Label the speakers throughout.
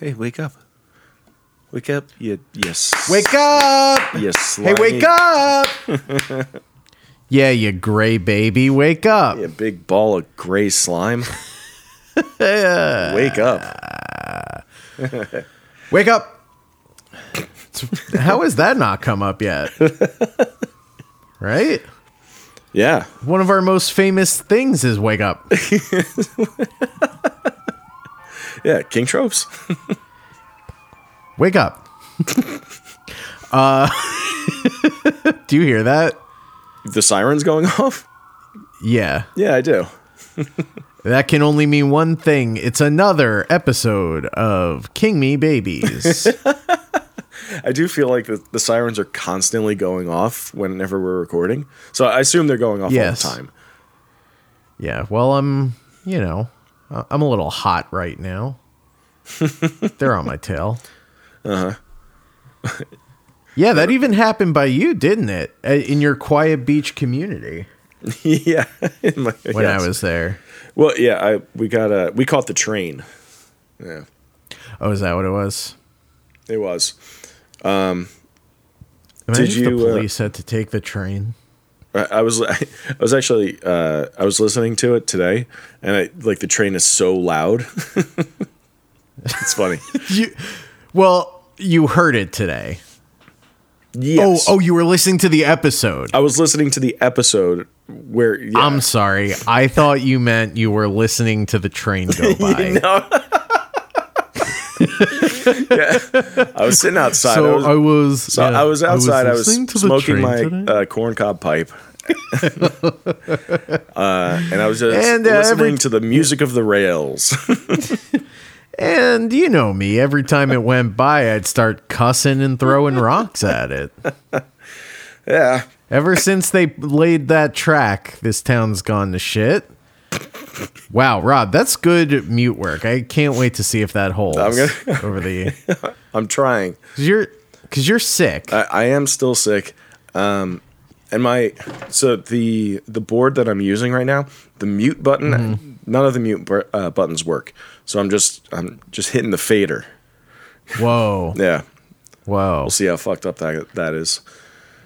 Speaker 1: hey, wake up. Wake up, you, yes.
Speaker 2: Wake up!
Speaker 1: Yes.
Speaker 2: Hey, wake up! yeah, you gray baby, wake up.
Speaker 1: You big ball of gray slime. wake up.
Speaker 2: Wake up! How has that not come up yet? right?
Speaker 1: Yeah.
Speaker 2: One of our most famous things is wake up.
Speaker 1: Yeah, king tropes.
Speaker 2: Wake up. uh, do you hear that?
Speaker 1: the siren's going off?
Speaker 2: Yeah.
Speaker 1: Yeah, I do.
Speaker 2: That can only mean one thing. It's another episode of King Me Babies.
Speaker 1: I do feel like the, the sirens are constantly going off whenever we're recording. So I assume they're going off
Speaker 2: Yes.
Speaker 1: all the time.
Speaker 2: yeah, well, I'm, you know, I- I'm a little hot right now. They're on my tail. Uh huh.
Speaker 1: Uh-huh.
Speaker 2: yeah, that even happened by you, didn't it? Uh, In your Quiet Beach community
Speaker 1: yeah. In my-
Speaker 2: when
Speaker 1: yes.
Speaker 2: I was there.
Speaker 1: Well, yeah, I we got a we caught the train. Yeah,
Speaker 2: Oh, is that what it was?
Speaker 1: it was.
Speaker 2: Imagine
Speaker 1: Did
Speaker 2: if
Speaker 1: you,
Speaker 2: the
Speaker 1: uh,
Speaker 2: police had to take the train.
Speaker 1: I, I was I was actually uh, I was listening to it today, and I like the train is so loud. it's funny.
Speaker 2: You, well, you heard it today.
Speaker 1: Yes.
Speaker 2: Oh, oh, you were listening to the episode.
Speaker 1: I was listening to the episode where yeah,
Speaker 2: I'm sorry. I thought you meant you were listening to the train go by.
Speaker 1: I was sitting outside. I
Speaker 2: so
Speaker 1: was,
Speaker 2: I was.
Speaker 1: so
Speaker 2: yeah,
Speaker 1: I was outside. I was,
Speaker 2: listening to the
Speaker 1: smoking
Speaker 2: train
Speaker 1: my
Speaker 2: today.
Speaker 1: uh, corncob pipe. uh, and I was just
Speaker 2: And, uh,
Speaker 1: listening
Speaker 2: every-
Speaker 1: to the music of the rails.
Speaker 2: and you know me. Every time it went by, I'd start cussing and throwing rocks at it.
Speaker 1: yeah.
Speaker 2: Ever since they laid that track, this town's gone to shit. Wow, Rob, that's good mute work. I can't wait to see if that holds
Speaker 1: I'm gonna-
Speaker 2: over the
Speaker 1: I'm trying.
Speaker 2: Cause you're because you're sick.
Speaker 1: I, I am still sick. Um, and my so the the board that I'm using right now, the mute button,
Speaker 2: Mm-hmm.
Speaker 1: none of the mute bur- uh, buttons work. So I'm just I'm just hitting the fader.
Speaker 2: Whoa,
Speaker 1: Yeah,
Speaker 2: whoa.
Speaker 1: see how fucked up that that is.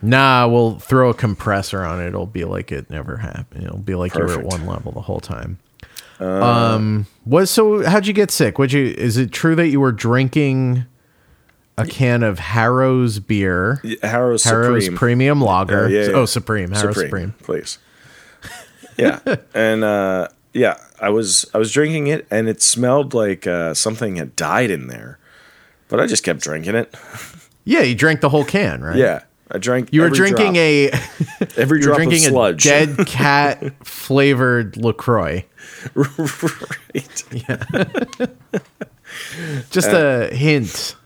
Speaker 2: Nah, we'll throw a compressor on it. It'll be like it never happened. It'll be like you were
Speaker 1: Perfect. Uh,
Speaker 2: at one level the whole time. um, what? So how'd you get sick? Would you? Is it true that you were drinking a can of Harrow's beer?
Speaker 1: Harrow's
Speaker 2: Harrow's
Speaker 1: Supreme.
Speaker 2: premium lager.
Speaker 1: Yeah, yeah, yeah.
Speaker 2: Oh, Supreme. Harrow's Supreme.
Speaker 1: please. Yeah, and uh, yeah, I was I was drinking it, and it smelled like uh, something had died in there, but I just kept drinking it.
Speaker 2: Yeah, you drank the whole can, right?
Speaker 1: Yeah, I drank.
Speaker 2: You were
Speaker 1: every
Speaker 2: drinking
Speaker 1: drop,
Speaker 2: a
Speaker 1: a every
Speaker 2: you
Speaker 1: drop
Speaker 2: were drinking
Speaker 1: of
Speaker 2: a
Speaker 1: sludge.
Speaker 2: dead cat flavored Lacroix.
Speaker 1: right. Uh,
Speaker 2: Just a hint.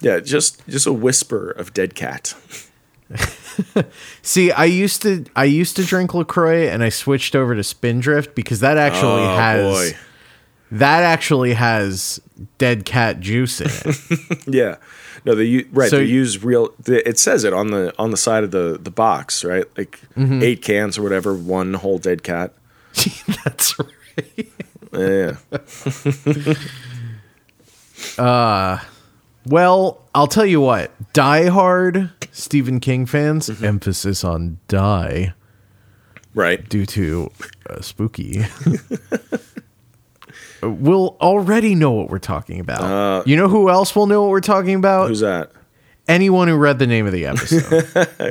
Speaker 1: Yeah, just just a whisper of dead cat.
Speaker 2: See, I used to I used to drink Lacroix, and I switched over to Spindrift because that actually
Speaker 1: Oh,
Speaker 2: has that actually has dead cat juice in it.
Speaker 1: Yeah. No, they u- right.
Speaker 2: So-
Speaker 1: they use real. The, it says it on the on the side of the the box, right? Like
Speaker 2: Mm-hmm.
Speaker 1: eight cans or whatever, one whole dead cat.
Speaker 2: That's right.
Speaker 1: Yeah.
Speaker 2: Well, I'll tell you what. Die Hard Stephen King fans,
Speaker 1: Mm-hmm.
Speaker 2: emphasis on die
Speaker 1: right.
Speaker 2: due to uh, spooky. we'll already know what we're talking about. you know who else will know what we're talking about?
Speaker 1: Uh, Who's that? Uh,
Speaker 2: Anyone who read the name of the episode.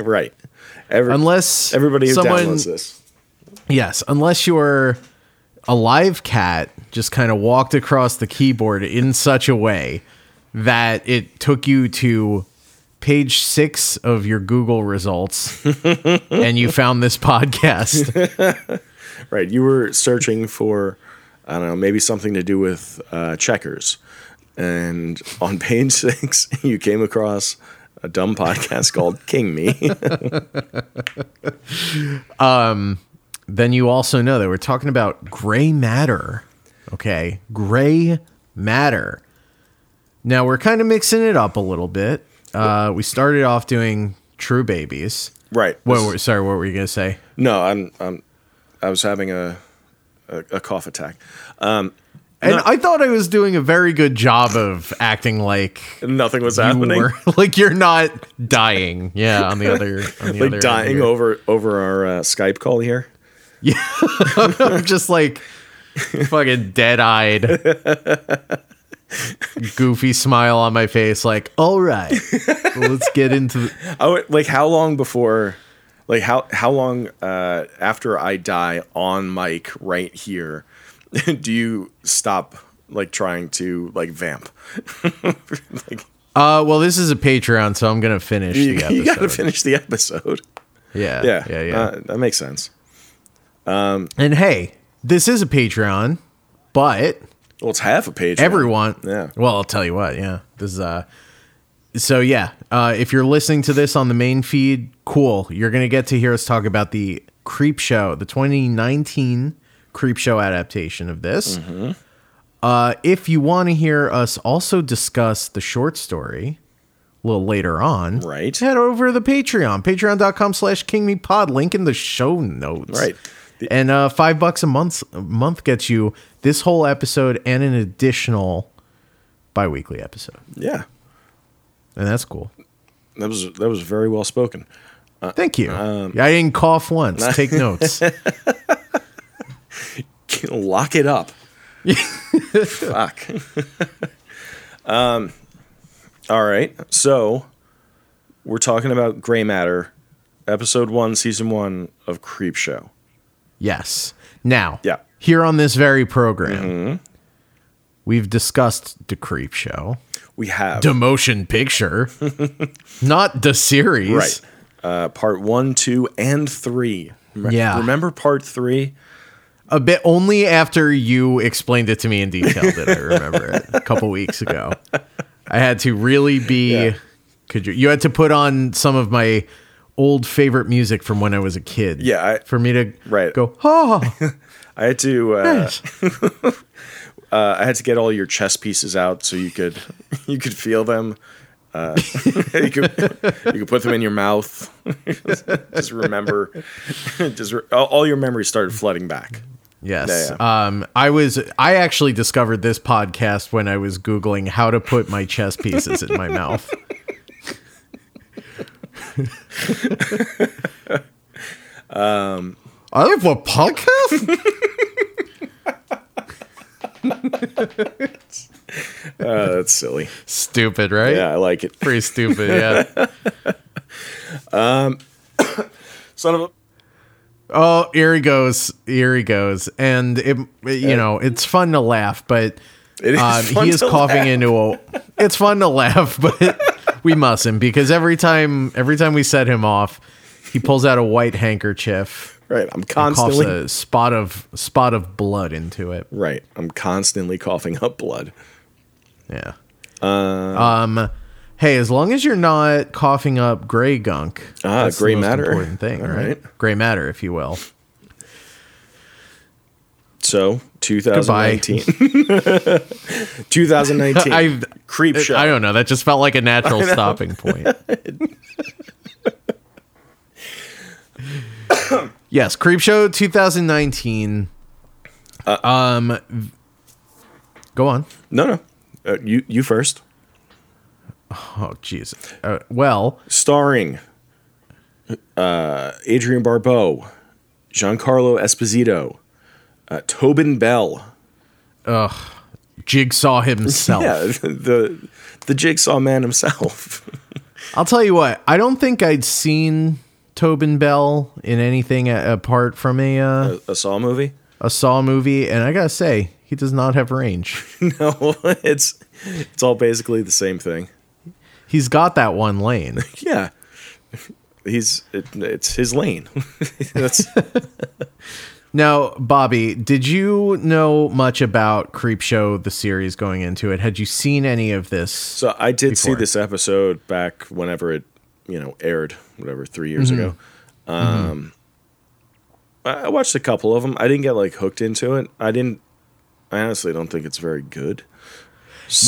Speaker 1: Right. Every,
Speaker 2: Unless
Speaker 1: everybody who
Speaker 2: someone
Speaker 1: downloads this.
Speaker 2: Yes, unless you're a live cat just kind of walked across the keyboard in such a way that it took you to page 6 of your Google results and you found this podcast.
Speaker 1: Right. You were searching for, I don't know, maybe something to do with uh, checkers, and on page six you came across a dumb podcast called King Me.
Speaker 2: then you also know that we're talking about gray matter. Okay? Gray matter. Now we're kind of mixing it up a little bit. Uh, we started off doing True Babies.
Speaker 1: right.
Speaker 2: What were, sorry, what were you going to say?
Speaker 1: No, I'm, I'm I was having a a, a cough attack.
Speaker 2: And I thought I was doing a very good job of acting like
Speaker 1: Nothing was
Speaker 2: you
Speaker 1: happening.
Speaker 2: were like you're not dying. Yeah, on the other on the other
Speaker 1: like
Speaker 2: end
Speaker 1: dying
Speaker 2: here.
Speaker 1: over over our uh, Skype call here.
Speaker 2: I'm just like fucking dead-eyed. Goofy smile on my face like, "All right. Let's get into the-
Speaker 1: I would, like how long before like how how long uh after I die on mic right here do you stop like trying to like vamp? like
Speaker 2: Uh well, this is a Patreon, so I'm going to finish
Speaker 1: you,
Speaker 2: the episode.
Speaker 1: you gotta finish the episode.
Speaker 2: yeah.
Speaker 1: Yeah.
Speaker 2: Yeah, yeah.
Speaker 1: Uh, that makes sense.
Speaker 2: and hey, this is a Patreon, but
Speaker 1: Well it's half a page.
Speaker 2: everyone
Speaker 1: Yeah.
Speaker 2: well i'll tell you what yeah this is uh so yeah uh if you're listening to this on the main feed cool you're gonna get to hear us talk about the creep show the 2019 creep show adaptation of this
Speaker 1: Mm-hmm.
Speaker 2: uh if you want to hear us also discuss the short story a little later on
Speaker 1: Right.
Speaker 2: head over to the patreon patreon.com slash kingmepod link in the show notes
Speaker 1: Right.
Speaker 2: and uh, five bucks a month a month gets you this whole episode and an additional bi-weekly episode
Speaker 1: Yeah.
Speaker 2: and that's cool
Speaker 1: That was that was very well spoken. Uh,
Speaker 2: thank you
Speaker 1: um,
Speaker 2: i didn't cough once take notes
Speaker 1: Lock it up. Fuck. um, all right. So we're talking about Gray Matter, episode one, season one of Creep Show.
Speaker 2: yes now
Speaker 1: Yeah. Mm-hmm.
Speaker 2: here on this very program we've discussed the creep show
Speaker 1: We have
Speaker 2: the motion picture not the series
Speaker 1: right uh, part one, two, and three. Re-
Speaker 2: Yeah.
Speaker 1: Remember part three?
Speaker 2: a bit only after you explained it to me in detail did I remember it a couple weeks ago. I had to really be
Speaker 1: Yeah.
Speaker 2: could you you had to put on some of my old favorite music from when I was a kid.
Speaker 1: Yeah, I-
Speaker 2: for me to
Speaker 1: Right.
Speaker 2: go, oh
Speaker 1: I had to. Uh,
Speaker 2: nice."
Speaker 1: uh, I had to get all your chess pieces out so you could you could feel them. Uh, you could you could put them in your mouth. just remember, just re- all, all your memories started flooding back.
Speaker 2: Yes.
Speaker 1: Yeah,
Speaker 2: Um, I was I actually discovered this podcast when I was googling how to put my chess pieces in my mouth. um, I have a podcast.
Speaker 1: Uh, that's silly.
Speaker 2: stupid, right?
Speaker 1: Yeah, I like it.
Speaker 2: Pretty stupid. Yeah.
Speaker 1: Son of a.
Speaker 2: oh, here he goes. Here he goes. And it, you know, it's fun to laugh, but
Speaker 1: It is
Speaker 2: um,
Speaker 1: fun
Speaker 2: he is
Speaker 1: to
Speaker 2: coughing
Speaker 1: laugh.
Speaker 2: into a. It's fun to laugh, but we mustn't because every time every time we set him off, he pulls out a white handkerchief,
Speaker 1: Right, I'm
Speaker 2: coughs
Speaker 1: constantly
Speaker 2: a spot of spot of blood into it.
Speaker 1: right. I'm constantly coughing up blood.
Speaker 2: Yeah.
Speaker 1: Uh.
Speaker 2: um. Hey, as long as you're not coughing up gray gunk,
Speaker 1: Ah,
Speaker 2: the
Speaker 1: gray
Speaker 2: most
Speaker 1: matter.
Speaker 2: important thing,
Speaker 1: All right.
Speaker 2: right? Gray matter, if you will.
Speaker 1: So 2019, 2019,
Speaker 2: I've-
Speaker 1: creep show.
Speaker 2: I don't know. That just felt like a natural stopping point. yes, Creepshow 2019. um, v- go on.
Speaker 1: no, no, uh, you you first.
Speaker 2: Oh, jeez. Uh, well,
Speaker 1: starring uh, Adrian Barbeau, Giancarlo Esposito, uh, Tobin Bell.
Speaker 2: Jigsaw himself.
Speaker 1: Yeah, the the Jigsaw Man himself.
Speaker 2: I'll tell you what. I don't think I'd seen Tobin Bell in anything a- apart from a uh,
Speaker 1: A Saw movie?
Speaker 2: a Saw movie, and I gotta say, he does not have range.
Speaker 1: No, it's it's all basically the same thing.
Speaker 2: He's got that one lane.
Speaker 1: Yeah, he's it, it's his lane. That's
Speaker 2: Now, Bobby, did you know much about Creepshow the series going into it? Had you seen any of this?
Speaker 1: so. I did see
Speaker 2: Before.
Speaker 1: this episode back whenever it you know aired, whatever three years
Speaker 2: Mm-hmm.
Speaker 1: ago. Um, I I watched a couple of them. I didn't get like hooked into it. I didn't. I honestly don't think it's very good.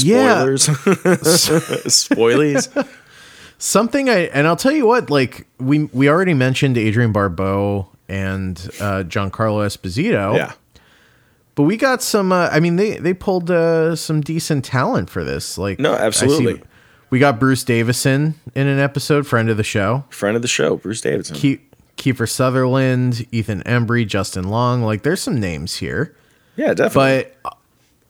Speaker 2: Yeah.
Speaker 1: Spoilers, spoilies.
Speaker 2: Something I and I'll tell you what, like we we already mentioned Adrian Barbeau and uh Giancarlo Esposito.
Speaker 1: Yeah,
Speaker 2: But we got some. Uh, I mean, they they pulled uh, some decent talent for this. Like,
Speaker 1: No,
Speaker 2: I see-
Speaker 1: absolutely.
Speaker 2: we got Bruce Davison in an episode, friend of the show.
Speaker 1: Friend of the show, Bruce Davidson.
Speaker 2: Keep Kiefer Sutherland, Ethan Embry, Justin Long. Like, there's some names here.
Speaker 1: yeah, definitely.
Speaker 2: But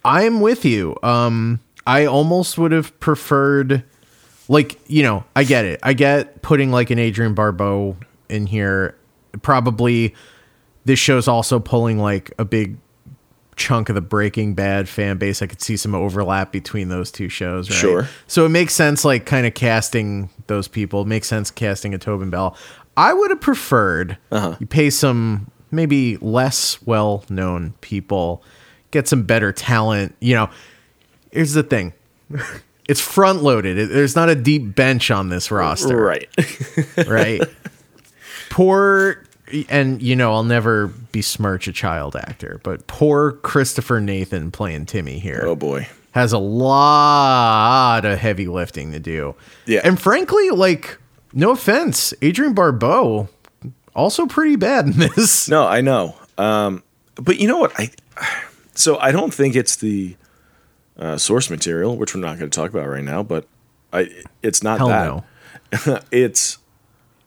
Speaker 2: I'm with you. Um, I almost would have preferred, like, you know, I get it. I get putting like an Adrian Barbeau in here. Probably this show's also pulling like a big chunk of the Breaking Bad fan base. I could see some overlap between those two shows. Right?
Speaker 1: Sure.
Speaker 2: So it makes sense, like, kind of casting those people. It makes sense casting a Tobin Bell. I would have preferred you pay some maybe less well known people, get some better talent. You know, here's the thing it's front loaded, there's not a deep bench on this roster
Speaker 1: right.
Speaker 2: right? poor, and you know, I'll never besmirch a child actor, but poor Christopher Nathan playing Timmy here
Speaker 1: oh boy.
Speaker 2: has a lot of heavy lifting to do.
Speaker 1: Yeah.
Speaker 2: And frankly, like, no offense, Adrian Barbeau also pretty bad in this.
Speaker 1: No, I know. Um, but you know what? I so I don't think it's the uh, source material, which we're not going to talk about right now. But I, it's not
Speaker 2: Hell
Speaker 1: that.
Speaker 2: no.
Speaker 1: it's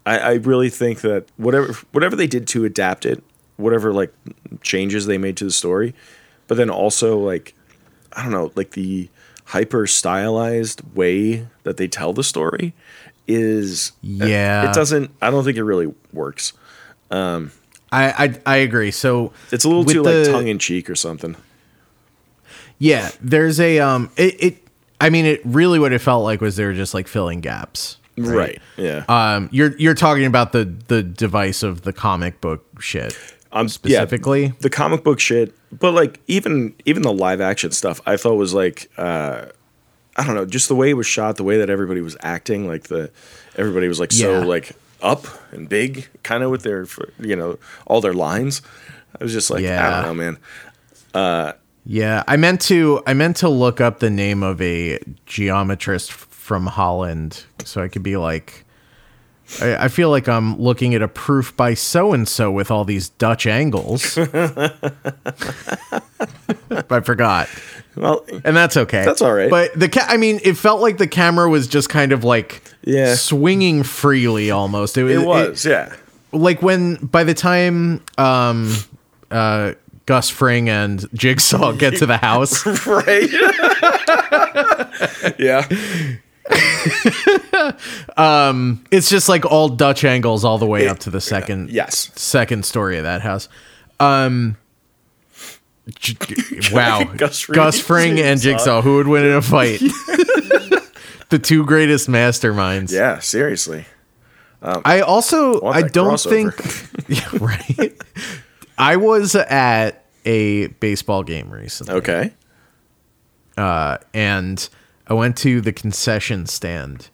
Speaker 1: I, I really think that whatever whatever they did to adapt it, whatever like changes they made to the story, but then also like I don't know, like the hyper stylized way that they tell the story is uh,
Speaker 2: Yeah.
Speaker 1: it doesn't I don't think it really works.
Speaker 2: I, I I agree. So
Speaker 1: It's a little
Speaker 2: with
Speaker 1: too
Speaker 2: the-
Speaker 1: like tongue in cheek or something.
Speaker 2: Yeah, there's a um it, it I mean it really what it felt like was they were just like filling gaps.
Speaker 1: Right. Yeah.
Speaker 2: Um, you're you're talking about the the device of the comic book shit
Speaker 1: I'm
Speaker 2: specifically.
Speaker 1: Um, yeah, the comic book shit, but like even even the live action stuff, I thought was like uh, I don't know, just the way it was shot, the way that everybody was acting, like the everybody was like so
Speaker 2: Yeah.
Speaker 1: like up and big, kind of with their you know all their lines. I was just like, I
Speaker 2: Yeah.
Speaker 1: don't know, man.
Speaker 2: Yeah, I meant to I meant to look up the name of a geometrist f- from Holland so I could be like I, I feel like I'm looking at a proof by so and so with all these Dutch angles. I forgot.
Speaker 1: Well,
Speaker 2: and that's okay.
Speaker 1: That's all right.
Speaker 2: But the ca- I mean, it felt like the camera was just kind of like
Speaker 1: Yeah.
Speaker 2: swinging freely almost.
Speaker 1: it was, yeah,
Speaker 2: like when by the time um uh Gus Fring and Jigsaw get to the house,
Speaker 1: right, yeah,
Speaker 2: it's just like all Dutch angles all the way up to the second
Speaker 1: yes.
Speaker 2: second story of that house. Um j- j- wow.
Speaker 1: Gus Fring
Speaker 2: Gus Fring and Jigsaw, who would win in a fight? the two greatest masterminds.
Speaker 1: Yeah, seriously.
Speaker 2: I also
Speaker 1: Want
Speaker 2: I
Speaker 1: that
Speaker 2: don't
Speaker 1: crossover.
Speaker 2: think Yeah, right. I was at a baseball game recently
Speaker 1: Okay.
Speaker 2: and I went to the concession stand.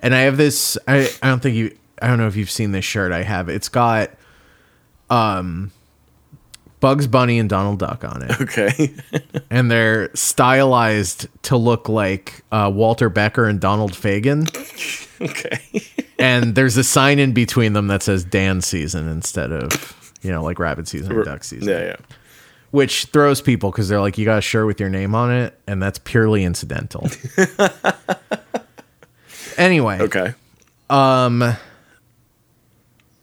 Speaker 2: And I have this I, I don't think you I don't know if you've seen this shirt I have. It's got um Bugs Bunny and Donald Duck on it.
Speaker 1: Okay.
Speaker 2: and they're stylized to look like uh, Walter Becker and Donald Fagan.
Speaker 1: okay.
Speaker 2: and there's a sign in between them that says Dan season instead of you know like rabbit season or duck season,
Speaker 1: Yeah, yeah.
Speaker 2: which throws people because they're like, you got a shirt with your name on it, and that's purely incidental. anyway,
Speaker 1: Okay.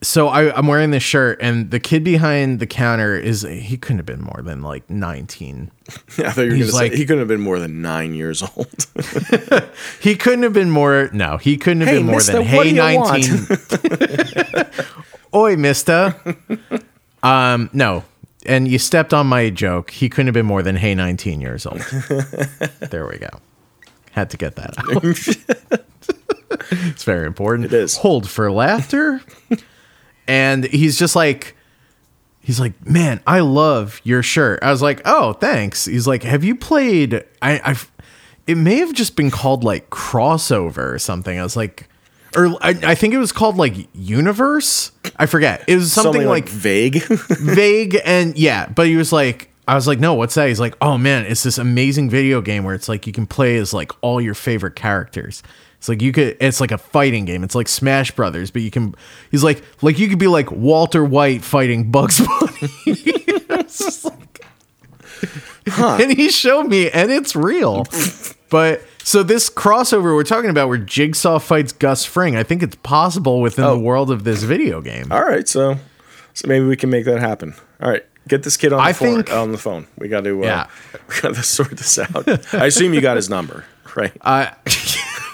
Speaker 2: so I, I'm wearing this shirt, and the kid behind the counter is he couldn't have been more than like 19.
Speaker 1: Yeah, I thought you were
Speaker 2: He's
Speaker 1: gonna
Speaker 2: like-
Speaker 1: say he couldn't have been more than nine years old.
Speaker 2: He couldn't have been more. No, he couldn't have
Speaker 1: Hey,
Speaker 2: been more
Speaker 1: mister,
Speaker 2: than
Speaker 1: what
Speaker 2: hey
Speaker 1: do you want?"
Speaker 2: nineteen. Oi, Mister. Um, no, and you stepped on my joke. He couldn't have been more than hey nineteen years old. there we go. Had to get that out. it's very important.
Speaker 1: It is.
Speaker 2: Hold for laughter. and he's just like. He's like, man, I love your shirt. I was like, oh, thanks. He's like, have you played? I, I've, it may have just been called like crossover or something. I was like, or I, I think it was called like universe. I forget. It was something, like,
Speaker 1: vague.
Speaker 2: vague and yeah. But he was like, I was like, no, what's that? He's like, oh man, it's this amazing video game where it's like you can play as like all your favorite characters. It's like you could. It's like a fighting game. It's like Smash Brothers, but you can. He's like, like you could be like Walter White fighting Bugs Bunny. It's just like- and he showed me, and it's real. but so this crossover we're talking about, where Jigsaw fights Gus Fring, I think it's possible within the world of this video game.
Speaker 1: All right, so so maybe we can make that happen. All right, get this kid on the,
Speaker 2: I
Speaker 1: phone,
Speaker 2: think-
Speaker 1: on the phone. We got to uh,
Speaker 2: Yeah.
Speaker 1: we got to sort this out. I assume you got his number, right?
Speaker 2: I,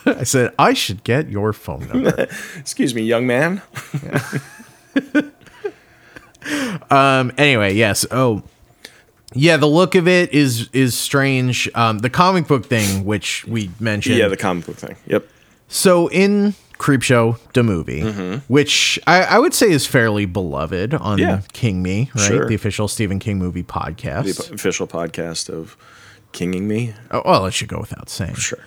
Speaker 2: I said I should get your phone number.
Speaker 1: Excuse me, young man.
Speaker 2: um. Anyway, yes. Oh. Yeah, the look of it is is strange. Um, the comic book thing, which we mentioned,
Speaker 1: Yeah, the comic book thing. Yep.
Speaker 2: So in Creepshow, the movie, which I, I would say is fairly beloved on
Speaker 1: Mm-hmm. Yeah.
Speaker 2: King Me, right?
Speaker 1: Sure.
Speaker 2: The official Stephen King movie
Speaker 1: The
Speaker 2: podcast.
Speaker 1: official podcast of Kinging Me.
Speaker 2: oh, well, it should go without saying.
Speaker 1: Sure.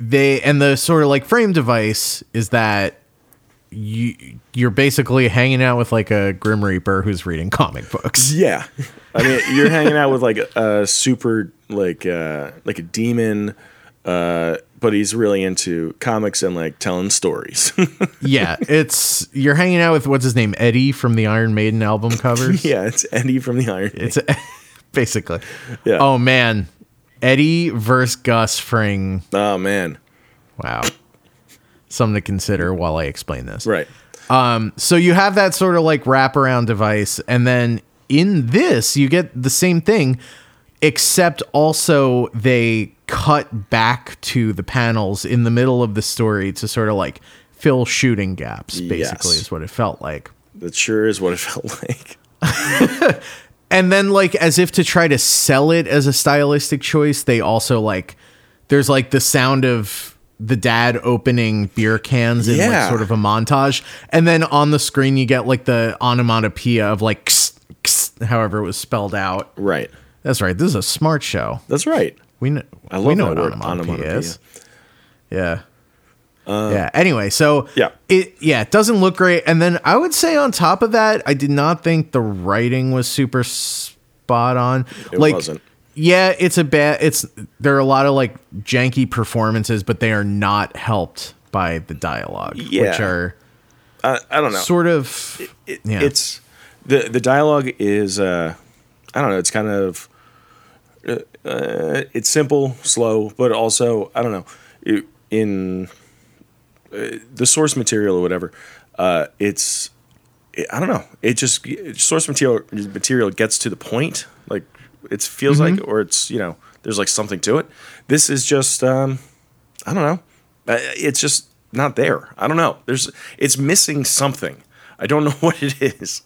Speaker 2: They and the sort of like frame device is that you you're basically hanging out with like a Grim Reaper who's reading comic books.
Speaker 1: Yeah. I mean, you're hanging out with like a super like uh like a demon uh but he's really into comics and like telling stories.
Speaker 2: yeah, it's you're hanging out with what's his name Eddie from the Iron Maiden album covers.
Speaker 1: yeah, it's Eddie from the Iron. Maiden.
Speaker 2: It's basically.
Speaker 1: Yeah.
Speaker 2: Oh man, Eddie versus Gus Fring.
Speaker 1: Oh man.
Speaker 2: Wow. Something to consider while I explain this. Um,
Speaker 1: Right.
Speaker 2: So you have that sort of like wraparound device, and then in this you get the same thing, except also they cut back to the panels in the middle of the story to sort of like fill shooting gaps, basically,
Speaker 1: Yes.
Speaker 2: is what it felt like.
Speaker 1: That sure is what it felt like.
Speaker 2: and then like as if to try to sell it as a stylistic choice they also like there's like the sound of the dad opening beer cans in like
Speaker 1: Yeah.
Speaker 2: sort of a montage and then on the screen you get like the onomatopoeia of like kss, kss, however it was spelled out
Speaker 1: Right.
Speaker 2: that's right this is a smart show
Speaker 1: That's right.
Speaker 2: we know
Speaker 1: I love
Speaker 2: we know
Speaker 1: that
Speaker 2: what
Speaker 1: word,
Speaker 2: onomatopoeia,
Speaker 1: onomatopoeia.
Speaker 2: is yeah yeah. Anyway, so
Speaker 1: Uh, Yeah.
Speaker 2: it yeah, it doesn't look great. And then I would say on top of that, I did not think the writing was super spot on.
Speaker 1: It
Speaker 2: like,
Speaker 1: wasn't.
Speaker 2: Yeah, it's a bad. It's there are a lot of like janky performances, but they are not helped by the dialogue, which
Speaker 1: Yeah.
Speaker 2: are
Speaker 1: I, I don't know.
Speaker 2: sort of
Speaker 1: it,
Speaker 2: yeah.
Speaker 1: it's the the dialogue is uh i don't know it's kind of uh, uh, it's simple slow but also i don't know it, in uh, the source material or whatever uh it's it, i don't know it just it- source material material gets to the point like it feels like or it's you know there's like something to it this is just um I don't know. Uh, It's just not there. I don't know. There's it's missing something. I don't know what it is.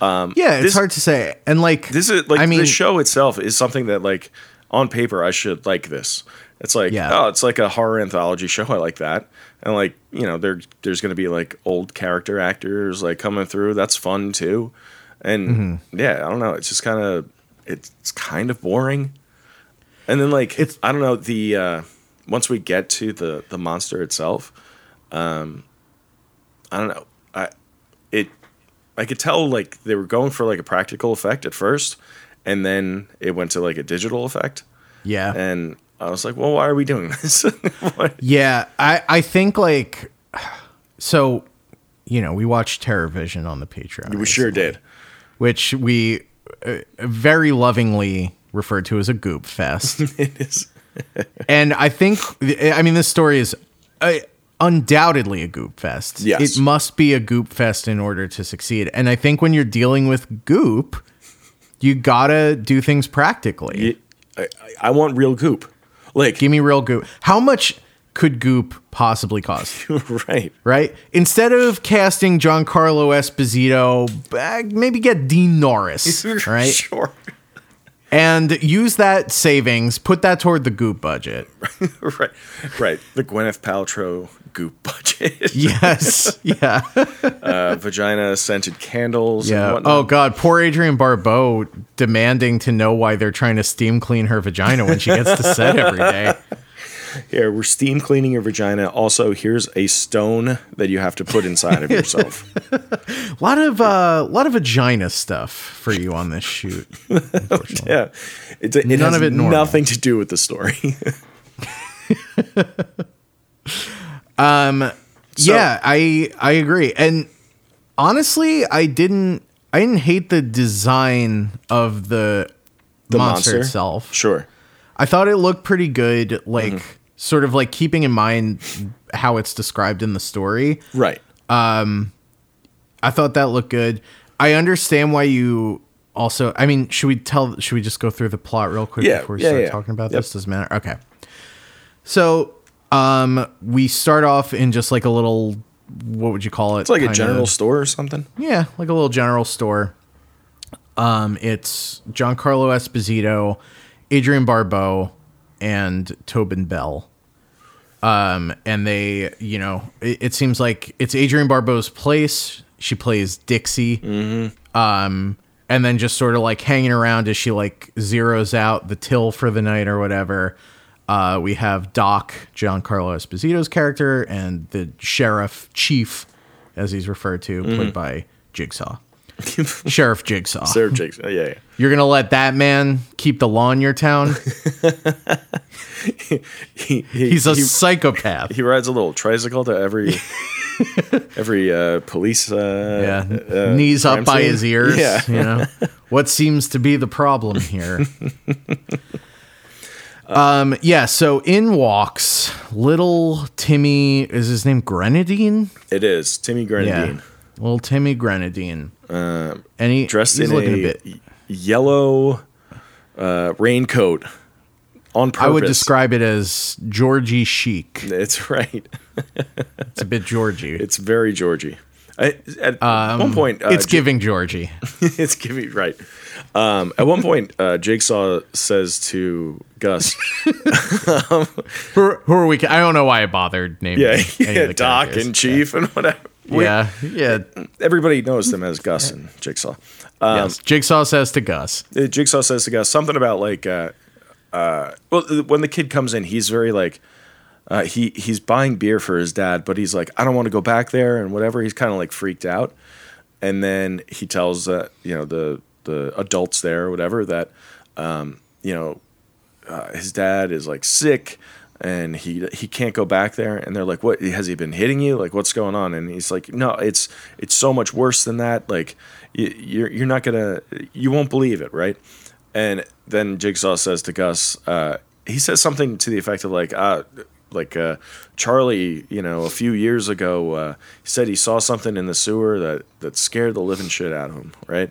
Speaker 2: yeah, it's
Speaker 1: this-
Speaker 2: hard to say. And like
Speaker 1: This is like
Speaker 2: I mean,
Speaker 1: the show itself is something that like on paper I should like this. It's like
Speaker 2: Yeah.
Speaker 1: oh, it's like a horror anthology show. I like that. And like you know, there there's gonna be like old character actors like coming through. That's fun too. And
Speaker 2: Mm-hmm.
Speaker 1: yeah, I don't know. It's just kind of it's kind of boring. And then like
Speaker 2: It's-
Speaker 1: I don't know the uh, once we get to the the monster itself, um, I don't know. I it I could tell like they were going for like a practical effect at first, and then it went to like a digital effect,
Speaker 2: yeah,
Speaker 1: and I was like, well, why are we doing this? What-
Speaker 2: Yeah, I I think like so you know, we watched Terror Vision on the Patreon.
Speaker 1: we sure did.
Speaker 2: Which we uh, very lovingly referred to as a goop fest.
Speaker 1: It is
Speaker 2: and I think I mean this story is uh, undoubtedly a goop fest.
Speaker 1: Yes.
Speaker 2: It must be a goop fest in order to succeed. And I think when you're dealing with goop, you got to do things practically.
Speaker 1: it, I, I- I want real goop, like
Speaker 2: Give me real goop. How much could goop possibly cost?
Speaker 1: right.
Speaker 2: right? Instead of casting Giancarlo Esposito, bag- maybe get Dean Norris, right?
Speaker 1: Sure.
Speaker 2: And use that savings, put that toward the goop budget.
Speaker 1: right. Right. The Gwyneth Paltrow goop budget.
Speaker 2: Yes, yeah,
Speaker 1: uh, vagina scented candles. And
Speaker 2: yeah.
Speaker 1: whatnot.
Speaker 2: Oh God, poor Adrian Barbeau demanding to know why they're trying to steam clean her vagina when she gets to set every day.
Speaker 1: Here, we're steam cleaning your vagina. Also, here's a stone that you have to put inside of yourself.
Speaker 2: A lot of uh, lot of vagina stuff for you on this shoot. Unfortunately,
Speaker 1: yeah. It, it
Speaker 2: None
Speaker 1: has
Speaker 2: of it normal.
Speaker 1: nothing to do with the story. So-
Speaker 2: yeah, I I agree. And honestly, I didn't I didn't hate the design of the,
Speaker 1: The
Speaker 2: monster,
Speaker 1: monster?
Speaker 2: itself.
Speaker 1: Sure.
Speaker 2: I thought it looked pretty good, like
Speaker 1: Mm-hmm.
Speaker 2: sort of like keeping in mind how it's described in the story.
Speaker 1: Right.
Speaker 2: I thought that looked good. I understand why you also. I mean, should we tell? Should we just go through the plot real quick
Speaker 1: Yeah,
Speaker 2: before we
Speaker 1: yeah,
Speaker 2: start
Speaker 1: yeah.
Speaker 2: talking about
Speaker 1: Yep.
Speaker 2: this? Doesn't matter. Okay. So, um, we start off in just like a little. What would you call it?
Speaker 1: It's like a general store or something.
Speaker 2: Yeah, like a little general store. Um, it's Giancarlo Esposito, Adrian Barbeau, and Tobin Bell. Um, and they, you know, it, it seems like it's Adrian Barbeau's place. She plays Dixie. Um, and then just sort of like hanging around as she like zeroes out the till for the night or whatever. Uh, we have Doc, Giancarlo Esposito's character, and the sheriff chief, as he's referred to, played by Jigsaw. Sheriff Jigsaw.
Speaker 1: Sarah Jakes. Yeah, yeah.
Speaker 2: You're gonna let that man keep the law in your town?
Speaker 1: He, he,
Speaker 2: He's a
Speaker 1: he,
Speaker 2: psychopath.
Speaker 1: he rides a little tricycle to every every uh, police. Uh,
Speaker 2: yeah, knees
Speaker 1: crime
Speaker 2: up by
Speaker 1: scene?
Speaker 2: his ears.
Speaker 1: Yeah.
Speaker 2: you know what seems to be the problem here. um, yeah. So in walks little Timmy. Is his name Grenadine?
Speaker 1: It is Timmy Grenadine Um,
Speaker 2: little Timmy Grenadine. and he
Speaker 1: dressed
Speaker 2: he's
Speaker 1: in
Speaker 2: looking
Speaker 1: a,
Speaker 2: bit.
Speaker 1: yellow uh, raincoat on purpose.
Speaker 2: I would describe it as Georgie chic.
Speaker 1: It's right.
Speaker 2: It's a bit Georgie.
Speaker 1: It's very Georgie. I, at one point, uh,
Speaker 2: Um, it's
Speaker 1: J-
Speaker 2: giving Georgie.
Speaker 1: it's giving right. Um, at one point, uh, Jigsaw says to Gus,
Speaker 2: Who are, who are we? I don't know why I bothered naming.
Speaker 1: "Yeah,
Speaker 2: any of
Speaker 1: yeah
Speaker 2: the
Speaker 1: Doc
Speaker 2: characters.
Speaker 1: and Chief and whatever." We-
Speaker 2: yeah, yeah.
Speaker 1: everybody knows them as Gus and Jigsaw. Um,
Speaker 2: yes. Jigsaw says to Gus,
Speaker 1: uh, Jigsaw says to Gus something about like, uh, uh, well, uh, when the kid comes in, he's very like, uh, he he's buying beer for his dad, but he's like, I don't want to go back there and whatever. He's kind of like freaked out, and then he tells uh, you know the the adults there or whatever that, um, you know, uh, his dad is like sick. And he he can't go back there, and they're like, "What has he been hitting you? Like, what's going on?" And he's like, "No, it's it's so much worse than that. Like, you, you're you're not gonna you won't believe it, right?" And then Jigsaw says to Gus, uh, he says something to the effect of like, uh, like uh, Charlie, you know, a few years ago, uh, he said he saw something in the sewer that that scared the living shit out of him, right?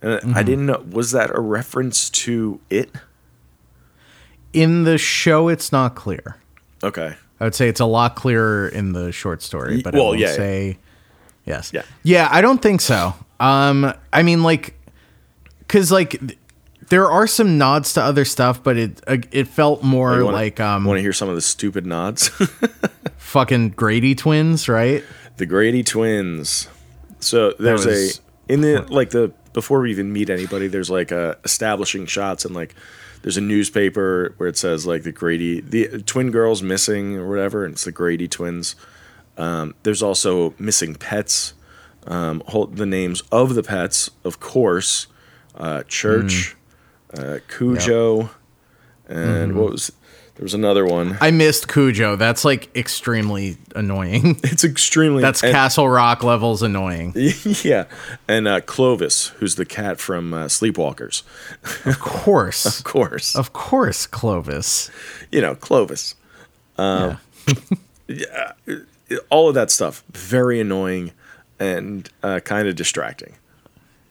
Speaker 1: And I didn't know was that a reference to it?
Speaker 2: "In the show, it's not clear."
Speaker 1: Okay,
Speaker 2: I would say it's a lot clearer in the short story,
Speaker 1: Ye-
Speaker 2: but I
Speaker 1: well,
Speaker 2: will
Speaker 1: yeah, yeah.
Speaker 2: say yes.
Speaker 1: Yeah.
Speaker 2: yeah, I don't think so. Um, I mean, like, because like th- there are some nods to other stuff, but it uh, it felt more like um
Speaker 1: want to hear some of the stupid nods?
Speaker 2: fucking Grady twins, right?
Speaker 1: the Grady twins. So there's
Speaker 2: was-
Speaker 1: a in the like the before we even meet anybody, there's like a establishing shots and like there's a newspaper where it says like the Grady the twin girls missing or whatever, and it's the Grady twins. Um, there's also missing pets. Um, whole, the names of the pets, of course, uh, Church,
Speaker 2: Mm.
Speaker 1: uh, Cujo, and
Speaker 2: Mm-hmm.
Speaker 1: what was there was another one.
Speaker 2: I missed Cujo. That's like extremely annoying.
Speaker 1: It's extremely
Speaker 2: That's
Speaker 1: and-
Speaker 2: Castle Rock levels annoying.
Speaker 1: yeah, and uh, Clovis, who's the cat from uh, Sleepwalkers,
Speaker 2: Of course.
Speaker 1: of course.
Speaker 2: Of course, Clovis.
Speaker 1: You know, Clovis. Um, yeah, all of that stuff very annoying and uh, kind of distracting.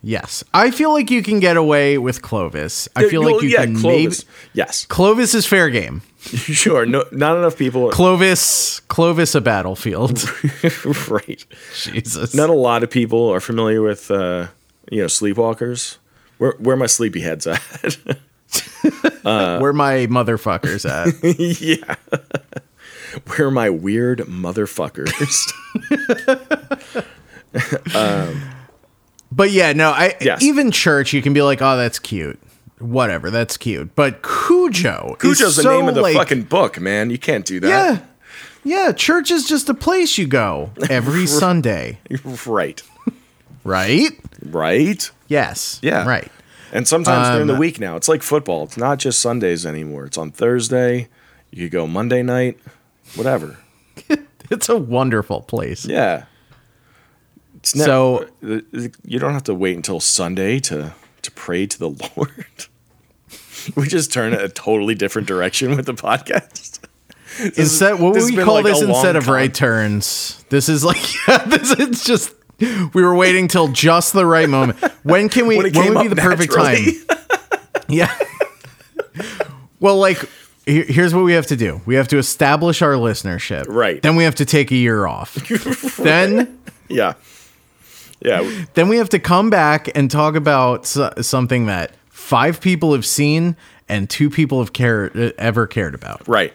Speaker 2: Yes. I feel like you can get away with Clovis. I feel like
Speaker 1: Well,
Speaker 2: you can
Speaker 1: Clovis.
Speaker 2: maybe
Speaker 1: Yes,
Speaker 2: Clovis is fair game.
Speaker 1: sure. No, not enough people.
Speaker 2: Clovis Clovis a battlefield.
Speaker 1: right.
Speaker 2: Jesus.
Speaker 1: Not a lot of people are familiar with uh, you know Sleepwalkers. Where where are my sleepyheads at?
Speaker 2: Where my motherfuckers at?
Speaker 1: yeah. Where are my weird motherfuckers?
Speaker 2: but yeah, no, I
Speaker 1: Yes.
Speaker 2: even church you can be like, "Oh, that's cute." Whatever, that's cute. But Cujo is
Speaker 1: Cujo's the
Speaker 2: so,
Speaker 1: name of the
Speaker 2: like-
Speaker 1: fucking book, man. You can't do
Speaker 2: Yeah.
Speaker 1: that.
Speaker 2: Yeah, church is just a place you go every Sunday,
Speaker 1: Yeah. Right.
Speaker 2: right?
Speaker 1: Right?
Speaker 2: Yes.
Speaker 1: Yeah.
Speaker 2: Right.
Speaker 1: And sometimes during
Speaker 2: Um,
Speaker 1: the week now. It's like football. It's not just Sundays anymore. It's on Thursday. You could go Monday night, whatever.
Speaker 2: It's a wonderful place.
Speaker 1: Yeah. It's not,
Speaker 2: So-
Speaker 1: you don't have to wait until Sunday to to pray to the Lord. we just turn a totally different direction with the podcast. This is-
Speaker 2: instead, what
Speaker 1: this has
Speaker 2: would we
Speaker 1: been
Speaker 2: call
Speaker 1: like a
Speaker 2: this
Speaker 1: long
Speaker 2: instead of
Speaker 1: con-
Speaker 2: right turns? This is like this is just we were waiting till just the right moment. When can we?
Speaker 1: When it
Speaker 2: When,
Speaker 1: came
Speaker 2: would
Speaker 1: up
Speaker 2: be the perfect time?
Speaker 1: naturally.
Speaker 2: Yeah. well, like here- here's what we have to do. We have to establish our listenership.
Speaker 1: Right.
Speaker 2: Then we have to take a year off. Then
Speaker 1: Yeah, yeah.
Speaker 2: then we have to come back and talk about so- something that five people have seen and two people have cared uh, ever cared about.
Speaker 1: Right.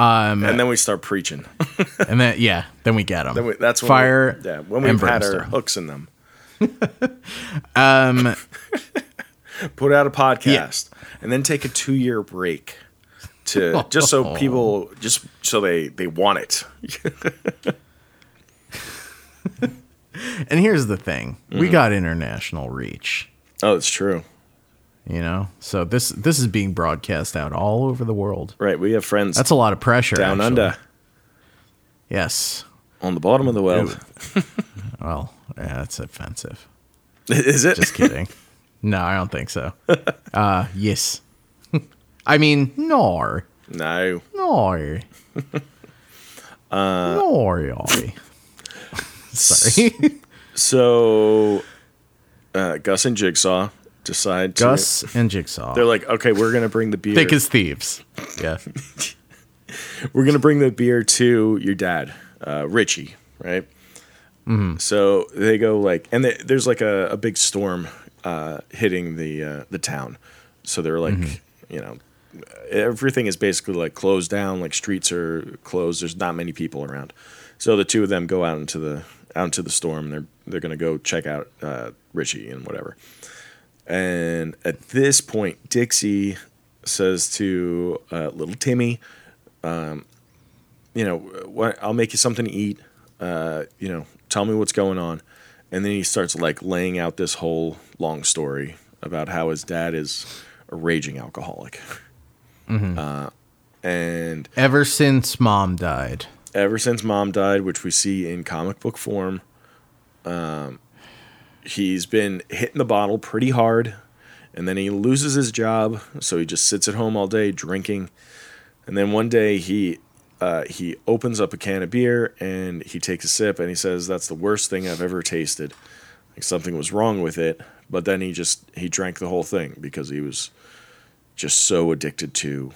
Speaker 1: Um, and then we start preaching.
Speaker 2: And then yeah, then we get them.
Speaker 1: Then we- That's when
Speaker 2: fire.
Speaker 1: We, yeah, when we
Speaker 2: and
Speaker 1: had our
Speaker 2: brimstone.
Speaker 1: hooks in them. um, put out a podcast and then take a two-year break to just so people just so they they want it.
Speaker 2: And here's the thing:
Speaker 1: Mm.
Speaker 2: we got international reach.
Speaker 1: Oh, that's true.
Speaker 2: You know, so this this is being broadcast out all over the world.
Speaker 1: Right, we have friends
Speaker 2: That's a lot of pressure.
Speaker 1: down
Speaker 2: actually.
Speaker 1: under
Speaker 2: Yes.
Speaker 1: on the bottom of the world.
Speaker 2: Well, yeah, that's offensive.
Speaker 1: Is it?
Speaker 2: Just kidding. no, I don't think so. Uh, yes. I mean, nor,
Speaker 1: no.
Speaker 2: nor, uh, nor, yori. sorry.
Speaker 1: So, uh, Gus and Jigsaw decide to.
Speaker 2: Gus and Jigsaw,
Speaker 1: They're like, okay, we're gonna bring the beer.
Speaker 2: thick as thieves. Yeah.
Speaker 1: we're gonna bring the beer to your dad, uh, Richie, right? So they go like, and they, there's like a, a big storm uh, hitting the uh, the town, so they're like, you know, everything is basically like closed down, like streets are closed. There's not many people around, so the two of them go out into the out into the storm. They're they're gonna go check out uh, Richie and whatever. And at this point, Dixie says to uh, little Timmy, you know, what, I'll make you something to eat. Uh, you know, tell me what's going on. And then he starts like laying out this whole long story about how his dad is a raging alcoholic. Uh, and
Speaker 2: Ever since mom died,
Speaker 1: ever since mom died, which we see in comic book form, um, he's been hitting the bottle pretty hard. And then he loses his job, so he just sits at home all day drinking. And then one day he uh, he opens up a can of beer and he takes a sip and he says, "That's the worst thing I've ever tasted. Like something was wrong with it." But then he just he drank the whole thing because he was just so addicted to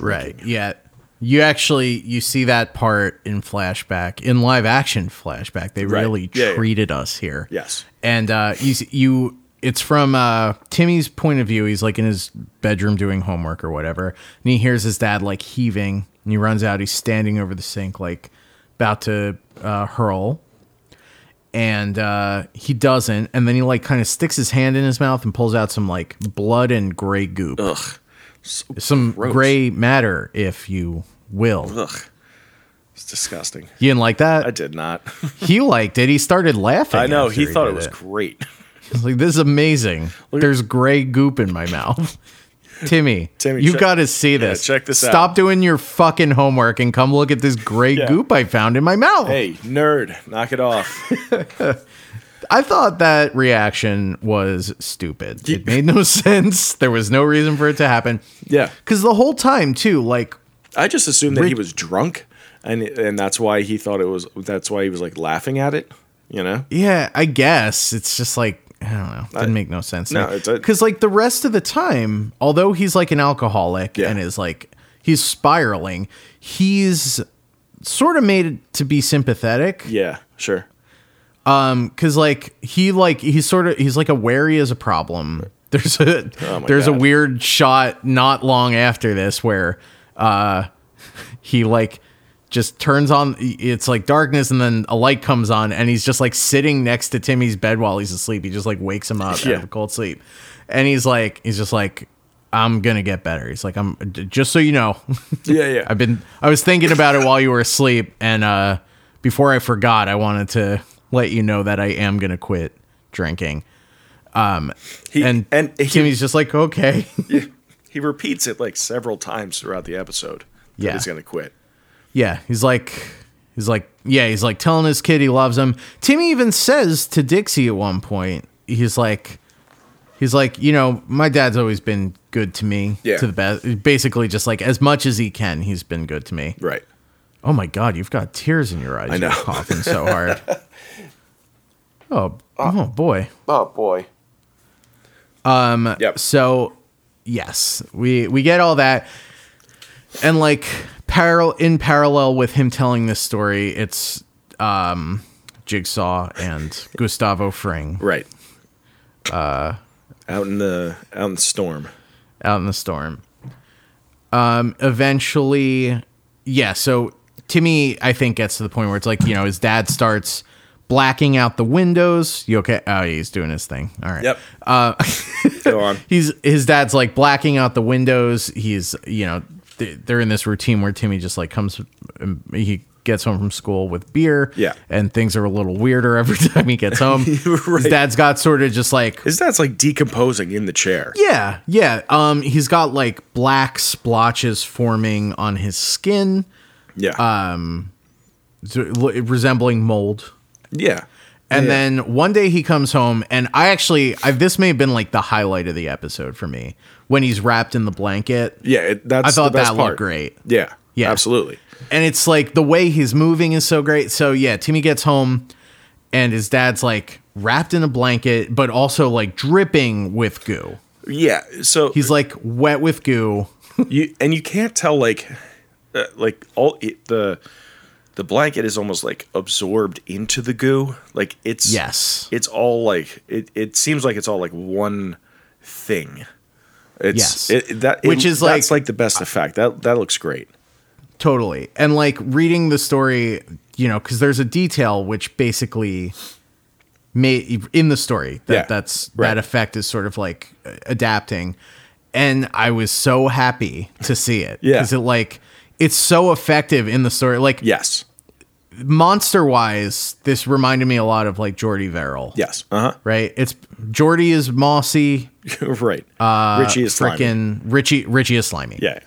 Speaker 2: right? Yeah. You actually you see that part in flashback, in live action flashback. They
Speaker 1: Right.
Speaker 2: really
Speaker 1: Yeah, yeah.
Speaker 2: treated us here.
Speaker 1: yes,
Speaker 2: and uh, you s- you it's from uh, Timmy's point of view. He's like in his bedroom doing homework or whatever, and he hears his dad like heaving, and he runs out. He's standing over the sink, like about to uh, hurl, and uh, he doesn't. And then he like kind of sticks his hand in his mouth and pulls out some like blood and gray goop,
Speaker 1: ugh,
Speaker 2: some gray matter, if you will.
Speaker 1: ugh, it's disgusting.
Speaker 2: You didn't like
Speaker 1: I
Speaker 2: that?
Speaker 1: did not.
Speaker 2: He liked it. He started laughing.
Speaker 1: I know.
Speaker 2: after
Speaker 1: He thought
Speaker 2: did
Speaker 1: it was great.
Speaker 2: It's like this is amazing. There's gray goop in my mouth. Timmy,
Speaker 1: Timmy,
Speaker 2: you've
Speaker 1: check-
Speaker 2: got to see this.
Speaker 1: check this out.
Speaker 2: Stop doing your fucking homework and come look at this gray
Speaker 1: Yeah.
Speaker 2: goop I found in my mouth.
Speaker 1: hey, nerd, knock it off.
Speaker 2: I thought that reaction was stupid. It made no sense. There was no reason for it to happen.
Speaker 1: yeah.
Speaker 2: Because the whole time, too, like,
Speaker 1: I just assumed that he was drunk and and that's why he thought it was that's why he was like laughing at it, you know?
Speaker 2: yeah, I guess it's just like, I don't know. Didn't make no sense.
Speaker 1: no, it's a-
Speaker 2: Because, like, the rest of the time, although he's like an alcoholic
Speaker 1: Yeah.
Speaker 2: and is like, he's spiraling, he's sort of made it to be sympathetic
Speaker 1: Yeah, sure.
Speaker 2: because like he like he's sort of he's like aware he is a problem there's a
Speaker 1: Oh my
Speaker 2: there's a
Speaker 1: God.
Speaker 2: weird shot not long after this where uh he like just turns on it's like darkness and then a light comes on and he's just like sitting next to timmy's bed while he's asleep he just like wakes him up out
Speaker 1: Yeah.
Speaker 2: of a cold sleep and he's like he's just like i'm gonna get better he's like i'm just so you know
Speaker 1: Yeah, yeah.
Speaker 2: I've been I was thinking about it while you were asleep and uh before I forgot I wanted to let you know that I am going to quit drinking.
Speaker 1: he,
Speaker 2: And
Speaker 1: and he,
Speaker 2: Timmy's just like, "Okay."
Speaker 1: he repeats it like several times throughout the episode. that
Speaker 2: Yeah.
Speaker 1: He's going to quit.
Speaker 2: yeah, he's like he's like Yeah, he's like telling his kid he loves him. Timmy even says to Dixie at one point, he's like, he's like, you know, my dad's always been good to me.
Speaker 1: Yeah.
Speaker 2: To the best, basically, just like as much as he can, he's been good to me.
Speaker 1: Right.
Speaker 2: Oh my God, you've got tears in your eyes. I
Speaker 1: know.
Speaker 2: You're coughing so hard. oh, oh boy.
Speaker 1: Oh boy. Um. Yep.
Speaker 2: So, yes, we we get all that, and like parallel in parallel with him telling this story, it's um, Jigsaw and Gustavo Fring
Speaker 1: Right. Uh. Out in the out in the storm.
Speaker 2: out in the storm. Um, eventually, yeah. So Timmy, I think, gets to the point where it's like you know his dad starts blacking out the windows. You okay? Oh, he's doing his thing. All right.
Speaker 1: Yep. Uh. Go on.
Speaker 2: he's his dad's like blacking out the windows. He's you know th- they're in this routine where Timmy just like comes um, he gets home from school with beer.
Speaker 1: Yeah.
Speaker 2: and things are a little weirder every time he gets home. His
Speaker 1: Right.
Speaker 2: dad's got sort of just like
Speaker 1: His dad's like decomposing in the chair.
Speaker 2: yeah yeah um he's got like black splotches forming on his skin
Speaker 1: Yeah.
Speaker 2: Uh, so it lo- resembling mold.
Speaker 1: yeah.
Speaker 2: And
Speaker 1: Yeah.
Speaker 2: then one day he comes home, and I actually, I, this may have been like the highlight of the episode for me when he's wrapped in the blanket.
Speaker 1: Yeah. It, that's
Speaker 2: I thought
Speaker 1: the best
Speaker 2: that
Speaker 1: part.
Speaker 2: looked great.
Speaker 1: Yeah.
Speaker 2: Yeah.
Speaker 1: Absolutely.
Speaker 2: And it's like the way he's moving is so great. So yeah, Timmy gets home and his dad's like wrapped in a blanket, but also like dripping with goo.
Speaker 1: Yeah. So
Speaker 2: He's like wet with goo.
Speaker 1: you and you can't tell like uh, like all it, the the blanket is almost like absorbed into the goo like it's
Speaker 2: Yes.
Speaker 1: it's all like it, it seems like it's all like one thing it's
Speaker 2: Yes.
Speaker 1: it, that
Speaker 2: Which
Speaker 1: it-
Speaker 2: is, like- uh,
Speaker 1: that's like the best effect that that looks great
Speaker 2: Totally. And like reading the story, you know, because there's a detail which basically made in the story that
Speaker 1: Yeah,
Speaker 2: that's
Speaker 1: right.
Speaker 2: that effect is sort of like uh, adapting. And I was so happy to see it.
Speaker 1: Yeah.
Speaker 2: Because it like it's so effective in the story. Like
Speaker 1: yes
Speaker 2: monster wise, this reminded me a lot of like Jordy Verrill.
Speaker 1: yes uh-huh
Speaker 2: Right? It's Jordy is mossy,
Speaker 1: right uh richie is slimy.
Speaker 2: freaking Richie Richie is slimy.
Speaker 1: yeah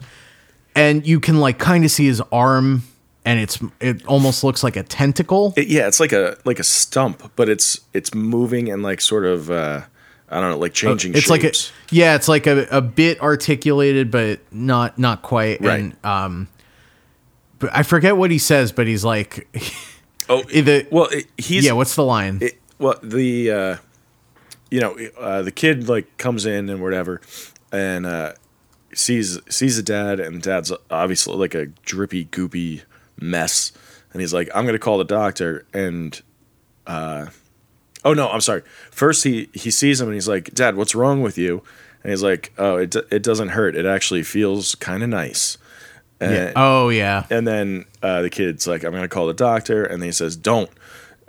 Speaker 2: And you can like kind of see his arm and it's it almost looks like a tentacle.
Speaker 1: It- yeah it's like a like a stump but it's it's moving and like sort of uh i don't know like changing
Speaker 2: Oh, it's like a
Speaker 1: shapes.
Speaker 2: yeah, it's like a, a bit articulated but not not quite.
Speaker 1: Right.
Speaker 2: And um but I forget what he says, but he's like
Speaker 1: oh
Speaker 2: the-
Speaker 1: well it, he's
Speaker 2: Yeah, what's the line?
Speaker 1: it, well the uh, you know uh, the kid like comes in and whatever and uh, sees sees the dad and dad's obviously like a drippy goopy mess and he's like i'm gonna call the doctor and uh, oh no i'm sorry first he he sees him and he's like dad what's wrong with you and he's like oh it, do- it doesn't hurt it actually feels kind of nice and,
Speaker 2: oh yeah.
Speaker 1: and then uh, the kid's like, I'm going to call the doctor. And then he says, Don't.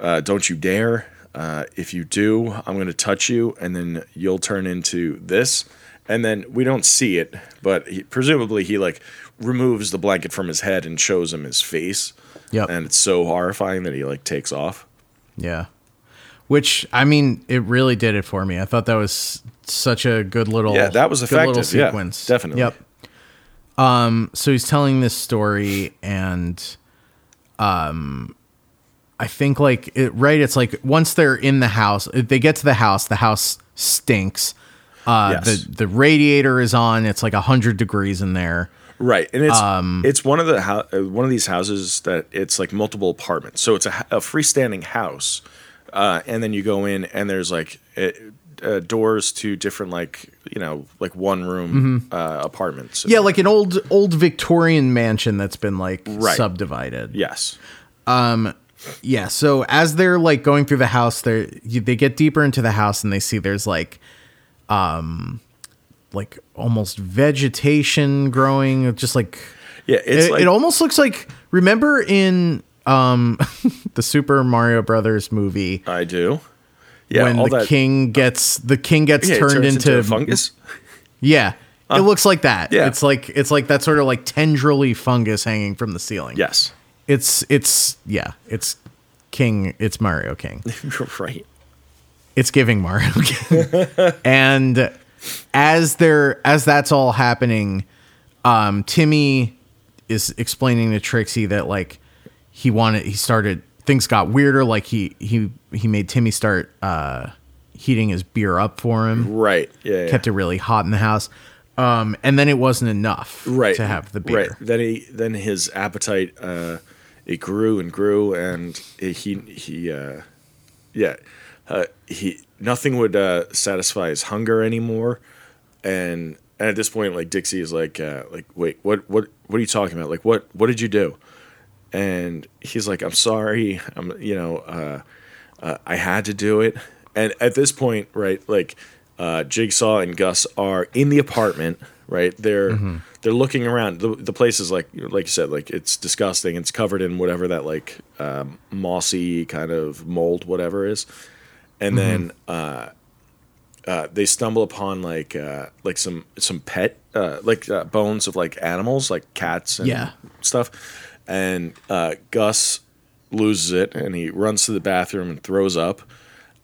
Speaker 1: Uh, don't you dare. Uh, if you do, I'm going to touch you. And then you'll turn into this. And then we don't see it, but he, presumably he like removes the blanket from his head and shows him his face.
Speaker 2: Yep.
Speaker 1: And it's so horrifying that he like takes off.
Speaker 2: Yeah. Which I mean, it really did it for me. I thought that was such a good little
Speaker 1: Yeah, that was
Speaker 2: good little
Speaker 1: effective. Yeah, definitely.
Speaker 2: Yep. Um so he's telling this story and um I think like it, right it's like once they're in the house, they get to the house, the house stinks. Uh
Speaker 1: Yes.
Speaker 2: the the radiator is on. It's like 100 degrees in there.
Speaker 1: Right, and it's
Speaker 2: Um,
Speaker 1: it's one of the hou- uh one of these houses that it's like multiple apartments, so it's a, h- a freestanding house, uh, and then you go in and there's like uh uh, doors to different like you know like one room uh, apartments.
Speaker 2: Mm-hmm. Yeah, like an old old Victorian mansion that's been like
Speaker 1: Right.
Speaker 2: subdivided.
Speaker 1: yes,
Speaker 2: Yeah. So as they're like going through the house, they they get deeper into the house and they see there's like, um, like almost vegetation growing, just like
Speaker 1: yeah, it's
Speaker 2: it,
Speaker 1: like
Speaker 2: it almost looks like. Remember in um, the Super Mario Brothers movie
Speaker 1: I do. Yeah,
Speaker 2: when
Speaker 1: all
Speaker 2: the
Speaker 1: that uh,
Speaker 2: king gets the king gets
Speaker 1: yeah, it
Speaker 2: turned
Speaker 1: turns
Speaker 2: into,
Speaker 1: fungus.
Speaker 2: yeah. it looks like that.
Speaker 1: uh, yeah.
Speaker 2: It's like it's like that sort of like tendrily fungus hanging from the ceiling.
Speaker 1: Yes,
Speaker 2: It's it's yeah. It's King. It's Mario King.
Speaker 1: right.
Speaker 2: it's giving Mario. and as they're as that's all happening, um, Timmy is explaining to Trixie that like he wanted he started things got weirder. Like he he he made Timmy start uh, heating his beer up for him.
Speaker 1: Right. Yeah. yeah.
Speaker 2: Kept it really hot in the house. Um, and then it wasn't enough
Speaker 1: right
Speaker 2: to have the beer.
Speaker 1: Right. Then he then his appetite uh, it grew and grew and he he uh, yeah uh, he nothing would uh, satisfy his hunger anymore and, and at this point like Dixie is like uh, like wait what what what are you talking about like what what did you do and he's like I'm sorry I'm you know uh, uh, I had to do it and at this point right like uh, Jigsaw and Gus are in the apartment, right? They're they're looking around. The, the place is like like you said, like it's disgusting. It's covered in whatever that like um, mossy kind of mold, whatever is. And then uh, uh, they stumble upon like uh, like some some pet uh, like uh, bones of like animals, like cats and
Speaker 2: Yeah.
Speaker 1: stuff. And uh, Gus loses it and he runs to the bathroom and throws up.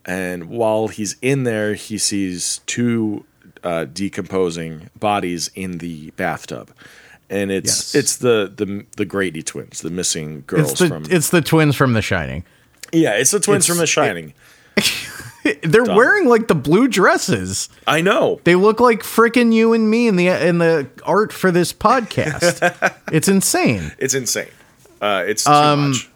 Speaker 1: And while he's in there, he sees two uh, decomposing bodies in the bathtub. And it's
Speaker 2: Yes.
Speaker 1: it's the, the the Grady twins, the missing girls
Speaker 2: It's the
Speaker 1: from
Speaker 2: it's the twins from The Shining.
Speaker 1: yeah, it's the twins
Speaker 2: it's-
Speaker 1: from The Shining.
Speaker 2: They're wearing like the blue dresses.
Speaker 1: I know.
Speaker 2: They look like frickin' you and me in the in the art for this podcast. it's insane.
Speaker 1: It's insane. Uh, it's too
Speaker 2: Um,
Speaker 1: much.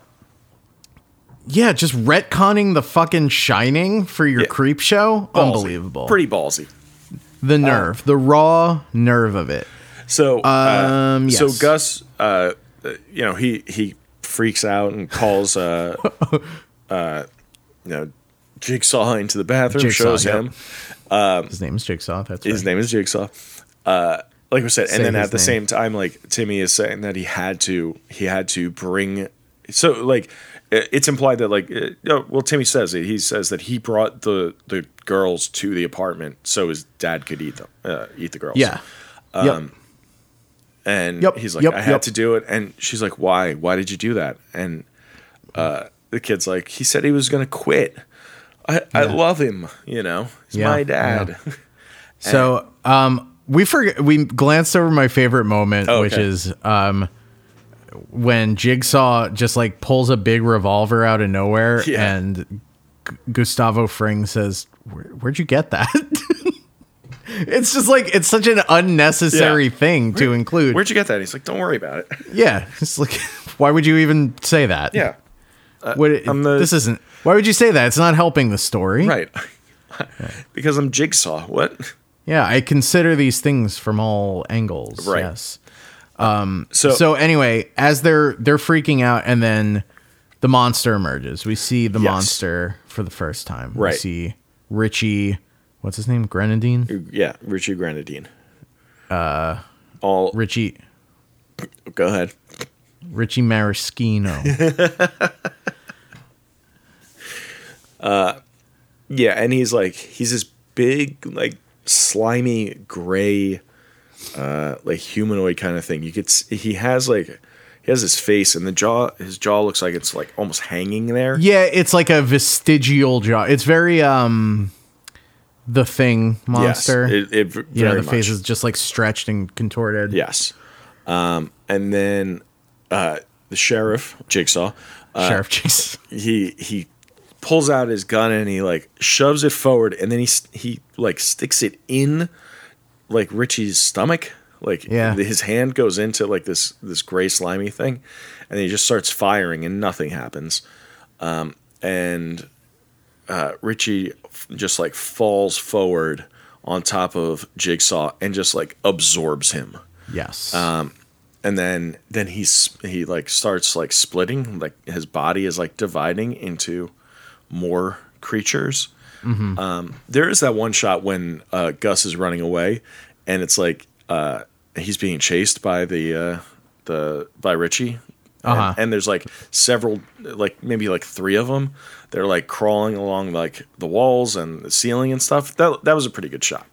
Speaker 2: Yeah, just retconning the fucking Shining for your creep show.
Speaker 1: Ballsy.
Speaker 2: Unbelievable.
Speaker 1: Pretty ballsy.
Speaker 2: the nerve, the raw nerve of it.
Speaker 1: So, uh,
Speaker 2: Um,
Speaker 1: so
Speaker 2: yes.
Speaker 1: Gus, uh, uh, you know, he he freaks out and calls, uh, uh, you know, Jigsaw into the bathroom.
Speaker 2: Jigsaw,
Speaker 1: shows
Speaker 2: yep.
Speaker 1: him
Speaker 2: His name's Jigsaw. That's
Speaker 1: his name is Jigsaw. Uh, like we said,
Speaker 2: Say
Speaker 1: and then
Speaker 2: his
Speaker 1: at the same
Speaker 2: name.
Speaker 1: time, like Timmy is saying that he had to he had to bring. So like, i- it's implied that like, uh, no, well, Timmy says it. He says that he brought the the girls to the apartment so his dad could eat them, uh, eat the girls.
Speaker 2: Yeah.
Speaker 1: Um,
Speaker 2: yep.
Speaker 1: And
Speaker 2: Yep,
Speaker 1: he's like,
Speaker 2: yep,
Speaker 1: I had
Speaker 2: yep.
Speaker 1: to do it. And she's like, Why? Why did you do that? And uh, the kid's like, He said he was going to quit. I, I love him. You know, he's
Speaker 2: Yeah,
Speaker 1: my dad.
Speaker 2: So um, we forget we glanced over my favorite moment,
Speaker 1: Oh, okay.
Speaker 2: which is um, when Jigsaw just like pulls a big revolver out of nowhere,
Speaker 1: Yeah.
Speaker 2: and G- Gustavo Fring says, Where, "Where'd you get that?" it's just like it's such an unnecessary
Speaker 1: Yeah.
Speaker 2: thing to include.
Speaker 1: Where'd you get that? He's like, Don't worry about it.
Speaker 2: yeah, it's like why would you even say that?
Speaker 1: yeah.
Speaker 2: What-
Speaker 1: I'm the-
Speaker 2: this isn't. Why would you say that? It's not helping the story.
Speaker 1: Right. because I'm Jigsaw. What?
Speaker 2: Yeah, I consider these things from all angles.
Speaker 1: Right.
Speaker 2: Yes.
Speaker 1: So,
Speaker 2: so anyway, as they're they're freaking out, and then the monster emerges. We see the
Speaker 1: Yes.
Speaker 2: monster for the first time.
Speaker 1: Right.
Speaker 2: We see Richie. What's his name? Grenadine.
Speaker 1: yeah, Richie Grenadine. Uh, All.
Speaker 2: Richie.
Speaker 1: go ahead.
Speaker 2: Richie Maraschino.
Speaker 1: Yeah, and he's like he's this big like slimy gray uh like humanoid kind of thing. You could s- he has like he has his face and the jaw his jaw looks like it's like almost hanging there.
Speaker 2: yeah, it's like a vestigial jaw. It's very um, the thing
Speaker 1: Yes,
Speaker 2: monster.
Speaker 1: it, it v-
Speaker 2: you know,
Speaker 1: very
Speaker 2: the face
Speaker 1: much.
Speaker 2: is just like stretched and contorted.
Speaker 1: Yes. Um and then uh the sheriff, Jigsaw,
Speaker 2: Sheriff Chase.
Speaker 1: he he pulls out his gun and he like shoves it forward and then he st- he like sticks it in like Richie's stomach like
Speaker 2: Yeah.
Speaker 1: his hand goes into like this this gray slimy thing and he just starts firing and nothing happens um and uh Richie f- just like falls forward on top of Jigsaw and just like absorbs him
Speaker 2: Yes.
Speaker 1: um, and then then he's he like starts like splitting like his body is like dividing into more creatures
Speaker 2: Mm-hmm.
Speaker 1: um, there is that one shot when uh, gus is running away and it's like uh, he's being chased by the uh, the by richie And-
Speaker 2: Uh-huh.
Speaker 1: and, there's like several like maybe like three of them they're like crawling along like the walls and the ceiling and stuff that that was a pretty good shot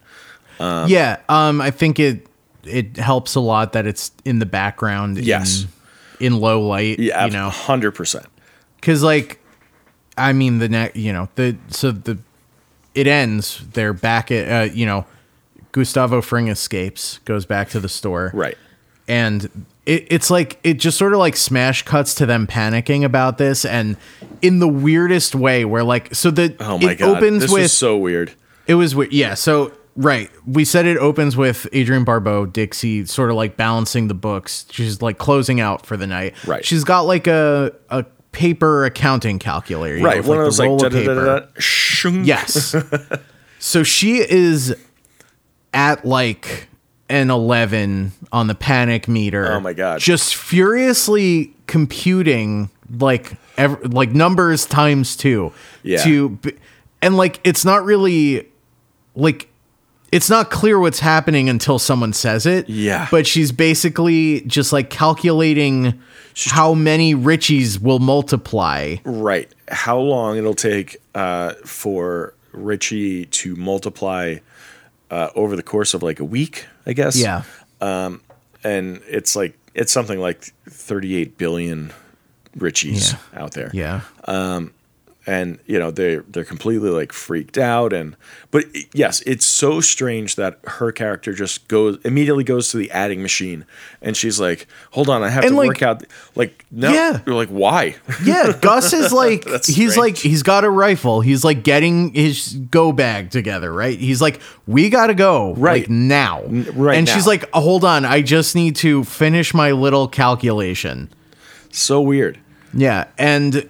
Speaker 2: yeah um i think it it helps a lot that it's in the background
Speaker 1: Yes.
Speaker 2: in, in low light
Speaker 1: yeah
Speaker 2: you know
Speaker 1: 100%
Speaker 2: because like i mean the next you know the so the it ends they're back at uh, you know gustavo fring escapes goes back to the store
Speaker 1: right
Speaker 2: and it, it's like it just sort of like smash cuts to them panicking about this and in the weirdest way where like so the
Speaker 1: Oh my
Speaker 2: it
Speaker 1: god,
Speaker 2: opens
Speaker 1: this
Speaker 2: with
Speaker 1: was so weird.
Speaker 2: it was weird. Yeah. So right, we said it opens with Adrian Barbeau, Dixie, sort of like balancing the books. She's like closing out for the night.
Speaker 1: Right.
Speaker 2: She's got like a a paper accounting calculator. you know,
Speaker 1: Right,
Speaker 2: with,
Speaker 1: one
Speaker 2: like,
Speaker 1: of
Speaker 2: the
Speaker 1: those like
Speaker 2: roll
Speaker 1: da
Speaker 2: of
Speaker 1: da da
Speaker 2: paper.
Speaker 1: da. shung.
Speaker 2: Yes. so she is at like an 11 on the panic meter.
Speaker 1: Oh my God.
Speaker 2: Just furiously computing like ev- like numbers times 2
Speaker 1: Yeah.
Speaker 2: to b- and like it's not really like it's not clear what's happening until someone says it.
Speaker 1: Yeah.
Speaker 2: But she's basically just like calculating how many Richies will multiply.
Speaker 1: Right. How long it'll take uh, for Richie to multiply uh, over the course of like a week, I guess.
Speaker 2: Yeah.
Speaker 1: And it's like, it's something like 38 billion Richies out there.
Speaker 2: Yeah.
Speaker 1: And, you know, they, they're completely like freaked out. And, but i- yes, it's so strange that her character just goes, immediately goes to the adding machine and she's like, hold on, I have
Speaker 2: And,
Speaker 1: to
Speaker 2: like-
Speaker 1: work out. Like, no.
Speaker 2: Yeah.
Speaker 1: You're like, why?
Speaker 2: Yeah, Gus is like
Speaker 1: That's
Speaker 2: he's
Speaker 1: strange.
Speaker 2: like he's got a rifle. He's like getting his go bag together, right? He's like, we gotta go
Speaker 1: Right.
Speaker 2: like now,
Speaker 1: right
Speaker 2: And she's
Speaker 1: now.
Speaker 2: like, hold on, I just need to finish my little calculation.
Speaker 1: so weird.
Speaker 2: Yeah, and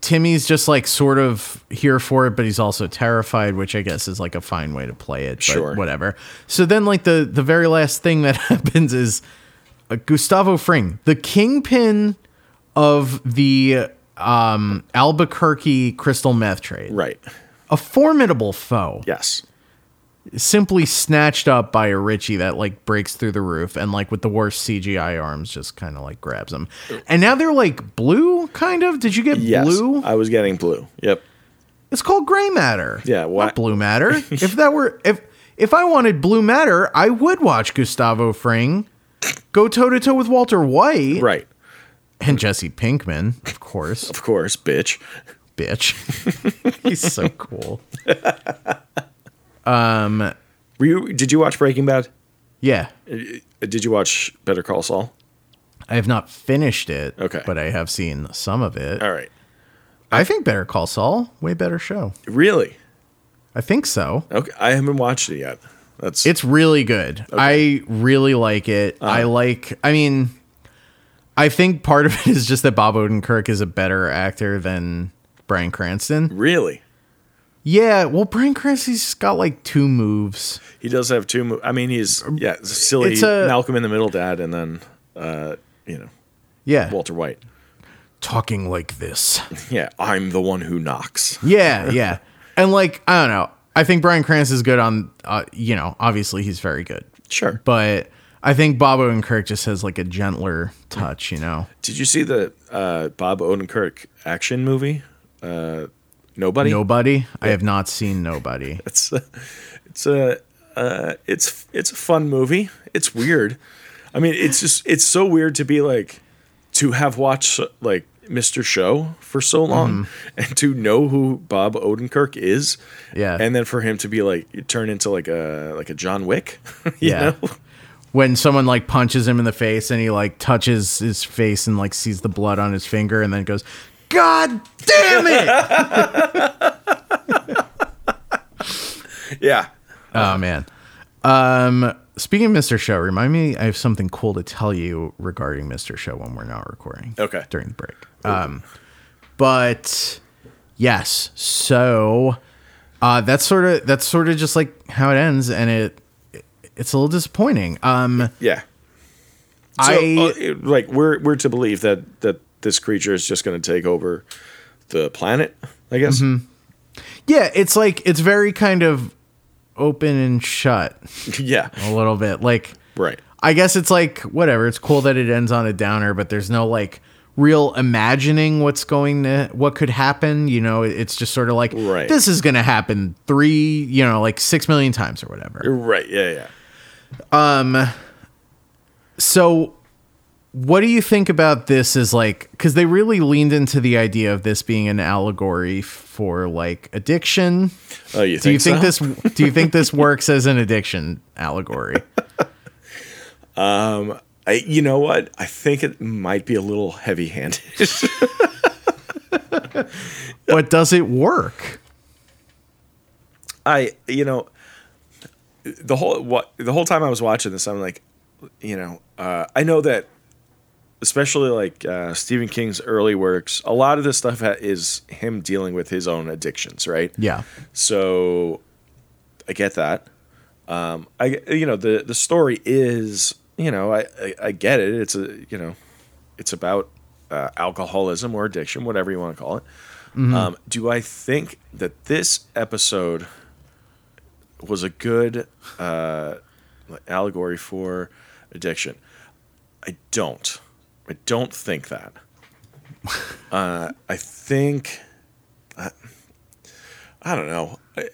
Speaker 2: Timmy's just like sort of here for it, but he's also terrified, which I guess is like a fine way to play it. But
Speaker 1: Sure.
Speaker 2: whatever. So then, like the the very last thing that happens is uh, Gustavo Fring, the kingpin of the um, Albuquerque crystal meth trade,
Speaker 1: Right.
Speaker 2: a formidable foe,
Speaker 1: Yes.
Speaker 2: simply snatched up by a Richie that like breaks through the roof and like with the worst CGI arms just kind of like grabs him. And now they're like blue, kind of. Did you get
Speaker 1: Yes.
Speaker 2: blue?
Speaker 1: I was getting blue. Yep.
Speaker 2: It's called gray matter.
Speaker 1: Yeah, wha-
Speaker 2: not blue matter. if that were if if I wanted blue matter, I would watch Gustavo Fring go toe to toe with Walter White
Speaker 1: Right.
Speaker 2: and Jesse Pinkman, of course.
Speaker 1: Of course, bitch.
Speaker 2: bitch, he's so cool.
Speaker 1: Were you did you watch Breaking Bad?
Speaker 2: Yeah,
Speaker 1: Uh, Did you watch Better Call Saul?
Speaker 2: I have not finished it.
Speaker 1: Okay.
Speaker 2: but I have seen some of it.
Speaker 1: All right.
Speaker 2: I think Better Call Saul, way better show.
Speaker 1: Really?
Speaker 2: I think so.
Speaker 1: Okay. I haven't watched it yet. That's
Speaker 2: It's really good. I really like it. I like. I mean, I think part of it is just that Bob Odenkirk is a better actor than Brian Cranston.
Speaker 1: really.
Speaker 2: Yeah, well, Brian Cranston's just got like two moves.
Speaker 1: He does have two. Mo- I mean, he's yeah, silly
Speaker 2: It's a-
Speaker 1: Malcolm in the Middle dad, and then uh, you know
Speaker 2: Yeah,
Speaker 1: Walter White.
Speaker 2: talking like this.
Speaker 1: Yeah, I'm the one who knocks.
Speaker 2: Yeah, yeah, and like I don't know. I think Brian Cranston's good on. Uh, you know, obviously he's very good,
Speaker 1: Sure.
Speaker 2: but I think Bob Odenkirk just has like a gentler touch. You know.
Speaker 1: Did you see the uh, Bob Odenkirk action movie? Uh, Nobody.
Speaker 2: Nobody. I have not seen Nobody.
Speaker 1: It's a, it's a uh, it's it's a fun movie. It's weird. I mean, it's just it's so weird to be like to have watched like Mr. Show for so long and to know who Bob Odenkirk is.
Speaker 2: Mm-hmm. Yeah.
Speaker 1: And then for him to be like turn into like a like a John Wick. you
Speaker 2: Yeah.
Speaker 1: know?
Speaker 2: When someone like punches him in the face and he like touches his face and like sees the blood on his finger and then goes, God damn it!
Speaker 1: Yeah.
Speaker 2: oh man. Um speaking of Mr. Show, remind me I have something cool to tell you regarding Mr. Show when we're not recording.
Speaker 1: Okay.
Speaker 2: During the break. Um but yes, so uh that's sort of that's sort of just like how it ends and it it's a little disappointing. Um
Speaker 1: Yeah. So,
Speaker 2: I
Speaker 1: uh, it- like we're we're to believe that that this creature is just going to take over the planet. I guess.
Speaker 2: Mm-hmm. Yeah, it's like it's very kind of open and shut
Speaker 1: yeah.
Speaker 2: a little bit. Like
Speaker 1: Right.
Speaker 2: I guess it's like whatever. It's cool that it ends on a downer, but there's no like real imagining what's going to what could happen. You know, it's just sort of like
Speaker 1: Right.
Speaker 2: this is going to happen three, you know, like six million times or whatever.
Speaker 1: Right. Yeah. Yeah.
Speaker 2: So, what do you think about this? Is like because they really leaned into the idea of this being an allegory for like addiction.
Speaker 1: Oh, you
Speaker 2: Do you
Speaker 1: think,
Speaker 2: think
Speaker 1: so?
Speaker 2: this? Do you think this works as an addiction allegory?
Speaker 1: I, you know what? I think it might be a little heavy handed.
Speaker 2: But does it work?
Speaker 1: I, you know, the whole what the whole time I was watching this, I'm like, you know, uh, I know that, especially like uh, Stephen King's early works, a lot of this stuff ha- is him dealing with his own addictions, right?
Speaker 2: Yeah.
Speaker 1: So I get that. Um, I you know the the story is you know I, I I get it. It's a you know it's about uh, alcoholism or addiction, whatever you want to call it. Um, do I think that this episode was a good uh, allegory for addiction? I don't. I don't think that. uh, I think. I don't know. I,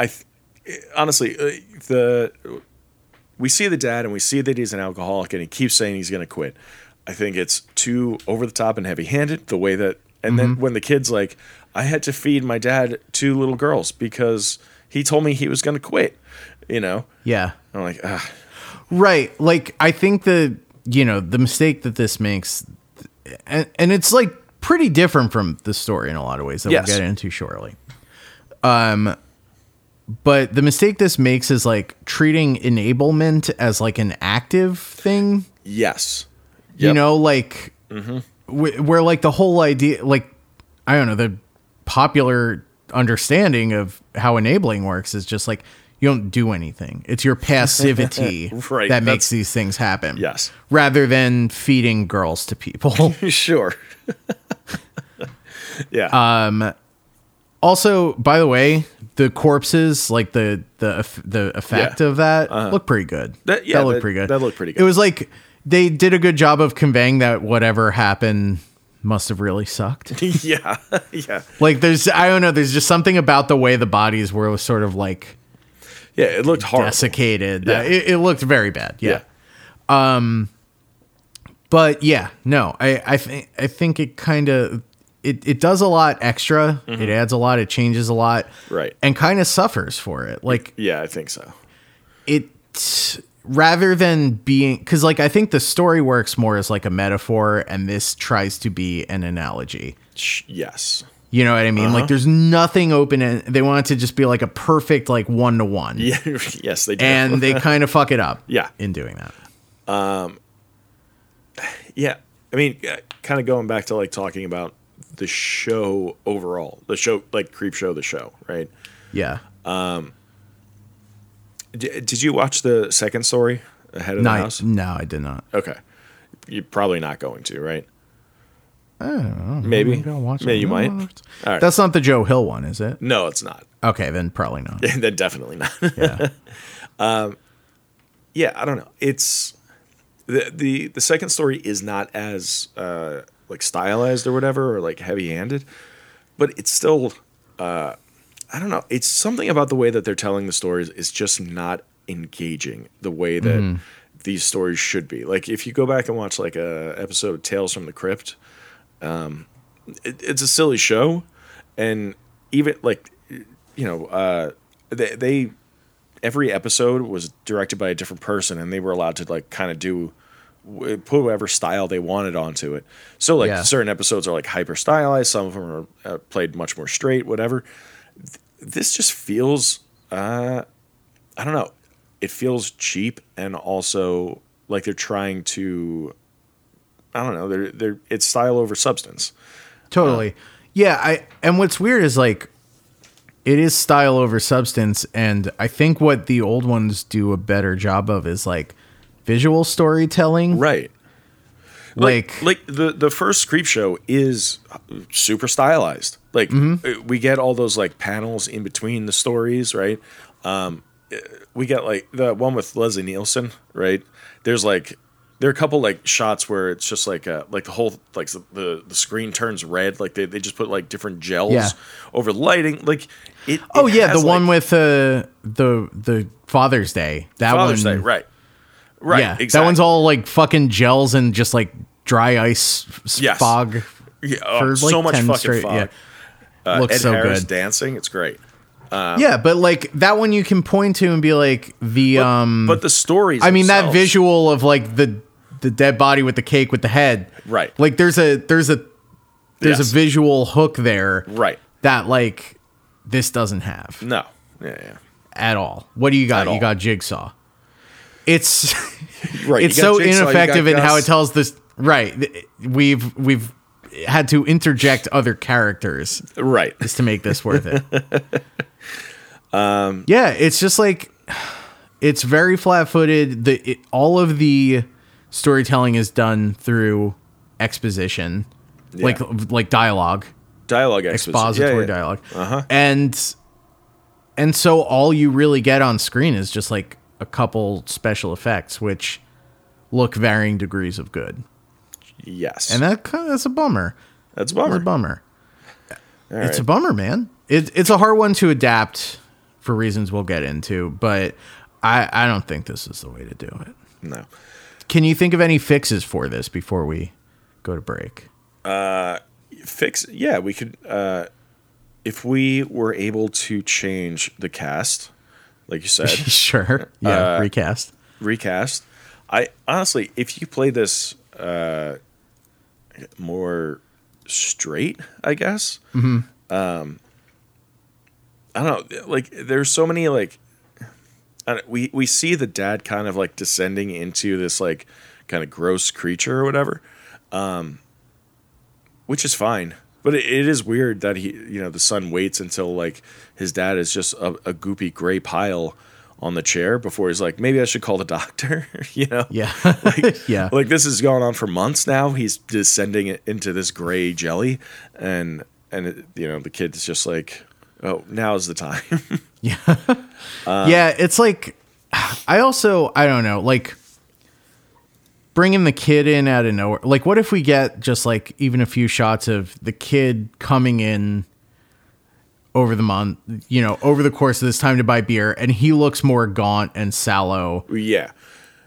Speaker 1: I th- honestly, uh, the we see the dad and we see that he's an alcoholic and he keeps saying he's going to quit. I think it's too over the top and heavy handed the way that, and then when the kid's like, I had to feed my dad two little girls because he told me he was going to quit, you know?
Speaker 2: Yeah.
Speaker 1: I'm like, ah,
Speaker 2: Right. Like I think the you know the mistake that this makes, and, and it's like pretty different from the story in a lot of ways that
Speaker 1: Yes.
Speaker 2: we'll get into shortly. Um, but the mistake this makes is like treating enablement as like an active thing.
Speaker 1: yes.
Speaker 2: You
Speaker 1: Yep. Mm-hmm.
Speaker 2: know, like wh- where like the whole idea, like I don't know, the popular understanding of how enabling works is just like you don't do anything. It's your passivity
Speaker 1: Right,
Speaker 2: that makes
Speaker 1: that's-
Speaker 2: these things happen.
Speaker 1: Yes.
Speaker 2: Rather than feeding girls to people.
Speaker 1: sure. yeah.
Speaker 2: also, by the way, the corpses, like the the eff- the effect
Speaker 1: Yeah. Uh-huh.
Speaker 2: of that, look pretty good.
Speaker 1: That- yeah,
Speaker 2: looked
Speaker 1: that-
Speaker 2: pretty good.
Speaker 1: that looked pretty good.
Speaker 2: It was like they did a good job of conveying that whatever happened must have really sucked.
Speaker 1: yeah. yeah.
Speaker 2: Like there's I don't know, there's just something about the way the bodies were sort of like
Speaker 1: Yeah. It looked horrible.
Speaker 2: desiccated.
Speaker 1: Yeah.
Speaker 2: It, it looked very bad. Yeah.
Speaker 1: Yeah.
Speaker 2: But yeah, no, I I think I think it kind of it, it does a lot extra. It adds a lot. It changes a lot.
Speaker 1: Mm-hmm. Right.
Speaker 2: And kind of suffers for it. Like
Speaker 1: Yeah. I think so.
Speaker 2: it rather than being because like I think the story works more as like a metaphor, and this tries to be an analogy.
Speaker 1: Sh- yes.
Speaker 2: You know what I mean?
Speaker 1: Uh-huh.
Speaker 2: Like there's nothing open, and they want it to just be like a perfect like one to one.
Speaker 1: Yeah, yes, they do.
Speaker 2: and they kind of fuck it up.
Speaker 1: Yeah.
Speaker 2: In doing that.
Speaker 1: yeah, I mean, kind of going back to like talking about the show overall, the show like creep show, the show, right?
Speaker 2: Yeah.
Speaker 1: D- did you watch the second story ahead of
Speaker 2: No,
Speaker 1: the
Speaker 2: I-
Speaker 1: house?
Speaker 2: no, I did not.
Speaker 1: Okay, you're probably not going to, right? Maybe.
Speaker 2: Don't watch
Speaker 1: Maybe
Speaker 2: it.
Speaker 1: you
Speaker 2: No,
Speaker 1: might.
Speaker 2: no, no.
Speaker 1: All right.
Speaker 2: That's not the Joe Hill one, is it?
Speaker 1: no, it's not.
Speaker 2: Okay, then probably not.
Speaker 1: then definitely not. Um,
Speaker 2: Yeah.
Speaker 1: yeah, I don't know. It's the the the second story is not as uh, like stylized or whatever or like heavy handed, but it's still uh, I don't know. It's something about the way that they're telling the stories is just not engaging the way that these stories should be. Like if you go back and watch like a episode of Tales from the Crypt, it, it's a silly show, and even like you know uh, they they every episode was directed by a different person, and they were allowed to like kind of do wh- put whatever style they wanted onto it. So like
Speaker 2: Yeah.
Speaker 1: certain episodes are like hyper stylized, some of them are uh, played much more straight, whatever. Th- This just feels uh, I don't know. It feels cheap and also like they're trying to I don't know, they're they're it's style over substance.
Speaker 2: totally. Yeah, I and what's weird is like it is style over substance and I think what the old ones do a better job of is like visual storytelling.
Speaker 1: Right.
Speaker 2: Like,
Speaker 1: like the the first creep show is super stylized like
Speaker 2: Mm-hmm.
Speaker 1: uh, we get all those like panels in between the stories right um uh, we get like the one with leslie nielsen right there's like there are a couple like shots where it's just like uh like the whole like the the, the screen turns red like they, they just put like different gels
Speaker 2: Yeah.
Speaker 1: over lighting like it
Speaker 2: Oh yeah, the one with uh, the the Father's Day. That
Speaker 1: father's
Speaker 2: one
Speaker 1: day right right
Speaker 2: Yeah.
Speaker 1: exactly
Speaker 2: That one's all like fucking gels and just like dry ice s-
Speaker 1: Yes.
Speaker 2: fog
Speaker 1: yeah, oh,
Speaker 2: for, like,
Speaker 1: so much
Speaker 2: 10
Speaker 1: fucking
Speaker 2: straight-
Speaker 1: fog
Speaker 2: yeah.
Speaker 1: Uh,
Speaker 2: Looks
Speaker 1: Ed
Speaker 2: so
Speaker 1: Harris
Speaker 2: good.
Speaker 1: dancing it's great
Speaker 2: yeah, but like that one you can point to and be like the um
Speaker 1: but the stories.
Speaker 2: I mean that
Speaker 1: themselves-
Speaker 2: visual of like the the dead body with the cake with the head.
Speaker 1: Right.
Speaker 2: Like there's a there's a there's
Speaker 1: Yes.
Speaker 2: a visual hook there
Speaker 1: Right.
Speaker 2: that like this doesn't have
Speaker 1: No. Yeah.
Speaker 2: at all. What do you got?
Speaker 1: At all.
Speaker 2: You got jigsaw. It's
Speaker 1: yeah. Right.
Speaker 2: it's
Speaker 1: you got Jigsaw,
Speaker 2: so
Speaker 1: you got
Speaker 2: ineffective in how
Speaker 1: Gus.
Speaker 2: it tells this right. th- We've we've had to interject other characters
Speaker 1: Right.
Speaker 2: just to make this worth it. Um, yeah, it's just like it's very flat-footed. The it, all of the storytelling is done through exposition, like like dialogue,
Speaker 1: Dialogue exposition. Yeah,
Speaker 2: expository
Speaker 1: yeah.
Speaker 2: dialogue, uh-huh. and and so all you really get on screen is just like a couple special effects, which look varying degrees of good,
Speaker 1: Yes.
Speaker 2: and that kind of, that's a bummer.
Speaker 1: that's a
Speaker 2: It's
Speaker 1: bummer.
Speaker 2: a bummer.
Speaker 1: All
Speaker 2: It's a
Speaker 1: right.
Speaker 2: bummer, man. It, it's a hard one to adapt for reasons we'll get into, but I, I don't think this is the way to do it.
Speaker 1: no.
Speaker 2: Can you think of any fixes for this before we go to break?
Speaker 1: fix yeah we could uh if we were able to change the cast like you said
Speaker 2: sure. Yeah.
Speaker 1: Uh,
Speaker 2: recast.
Speaker 1: recast i honestly if you play this uh more straight i guess um i don't know like there's so many like I don't, we we see the dad kind of like descending into this like kind of gross creature or whatever um, which is fine. But it, it is weird that he, you know, the son waits until like his dad is just a, a goopy gray pile on the chair before he's like, maybe I should call the doctor. you know,
Speaker 2: Yeah.
Speaker 1: like,
Speaker 2: yeah.
Speaker 1: like this has gone on for months now. He's descending it into this gray jelly, and and it, you know the kid's just like, oh, now's the time.
Speaker 2: yeah. It's like, I also, I don't know, like bringing the kid in out of nowhere. Like, what if we get just like even a few shots of the kid coming in over the month, you know, over the course of this time to buy beer, and he looks more gaunt and sallow,
Speaker 1: yeah,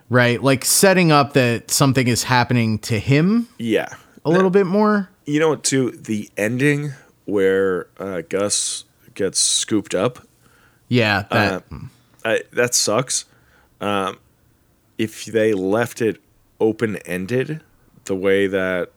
Speaker 2: right? Like setting up that something is happening to him
Speaker 1: yeah.
Speaker 2: a little bit more.
Speaker 1: You know what? Too the ending where uh, Gus gets scooped up uh,
Speaker 2: Yeah, that
Speaker 1: I, that sucks. Um, if they left it open ended, the way that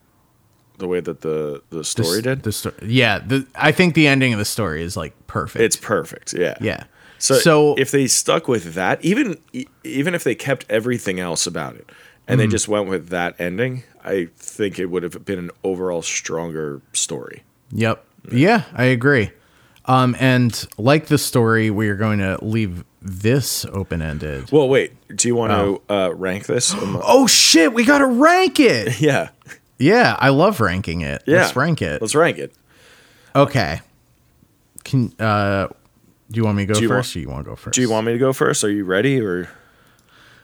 Speaker 1: the way that the the
Speaker 2: s-
Speaker 1: story did,
Speaker 2: The sto- yeah, the, I think the ending of the story is like perfect.
Speaker 1: it's perfect. Yeah,
Speaker 2: yeah.
Speaker 1: So,
Speaker 2: so
Speaker 1: if they stuck with that, even e- even if they kept everything else about it, and they just went with that ending, I think it would have been an overall stronger story.
Speaker 2: Yep. Yeah, I agree. Um, and like the story, we are going to leave this open ended.
Speaker 1: Well, wait, do you want to uh, rank this? among-
Speaker 2: Oh shit, we gotta rank it.
Speaker 1: yeah,
Speaker 2: yeah, I love ranking it.
Speaker 1: yeah.
Speaker 2: Let's rank it.
Speaker 1: Let's rank it.
Speaker 2: Okay. Can uh, do you want me to go
Speaker 1: you wa-
Speaker 2: first? or you want to go first?
Speaker 1: Do you want me to go first? Are you ready? Or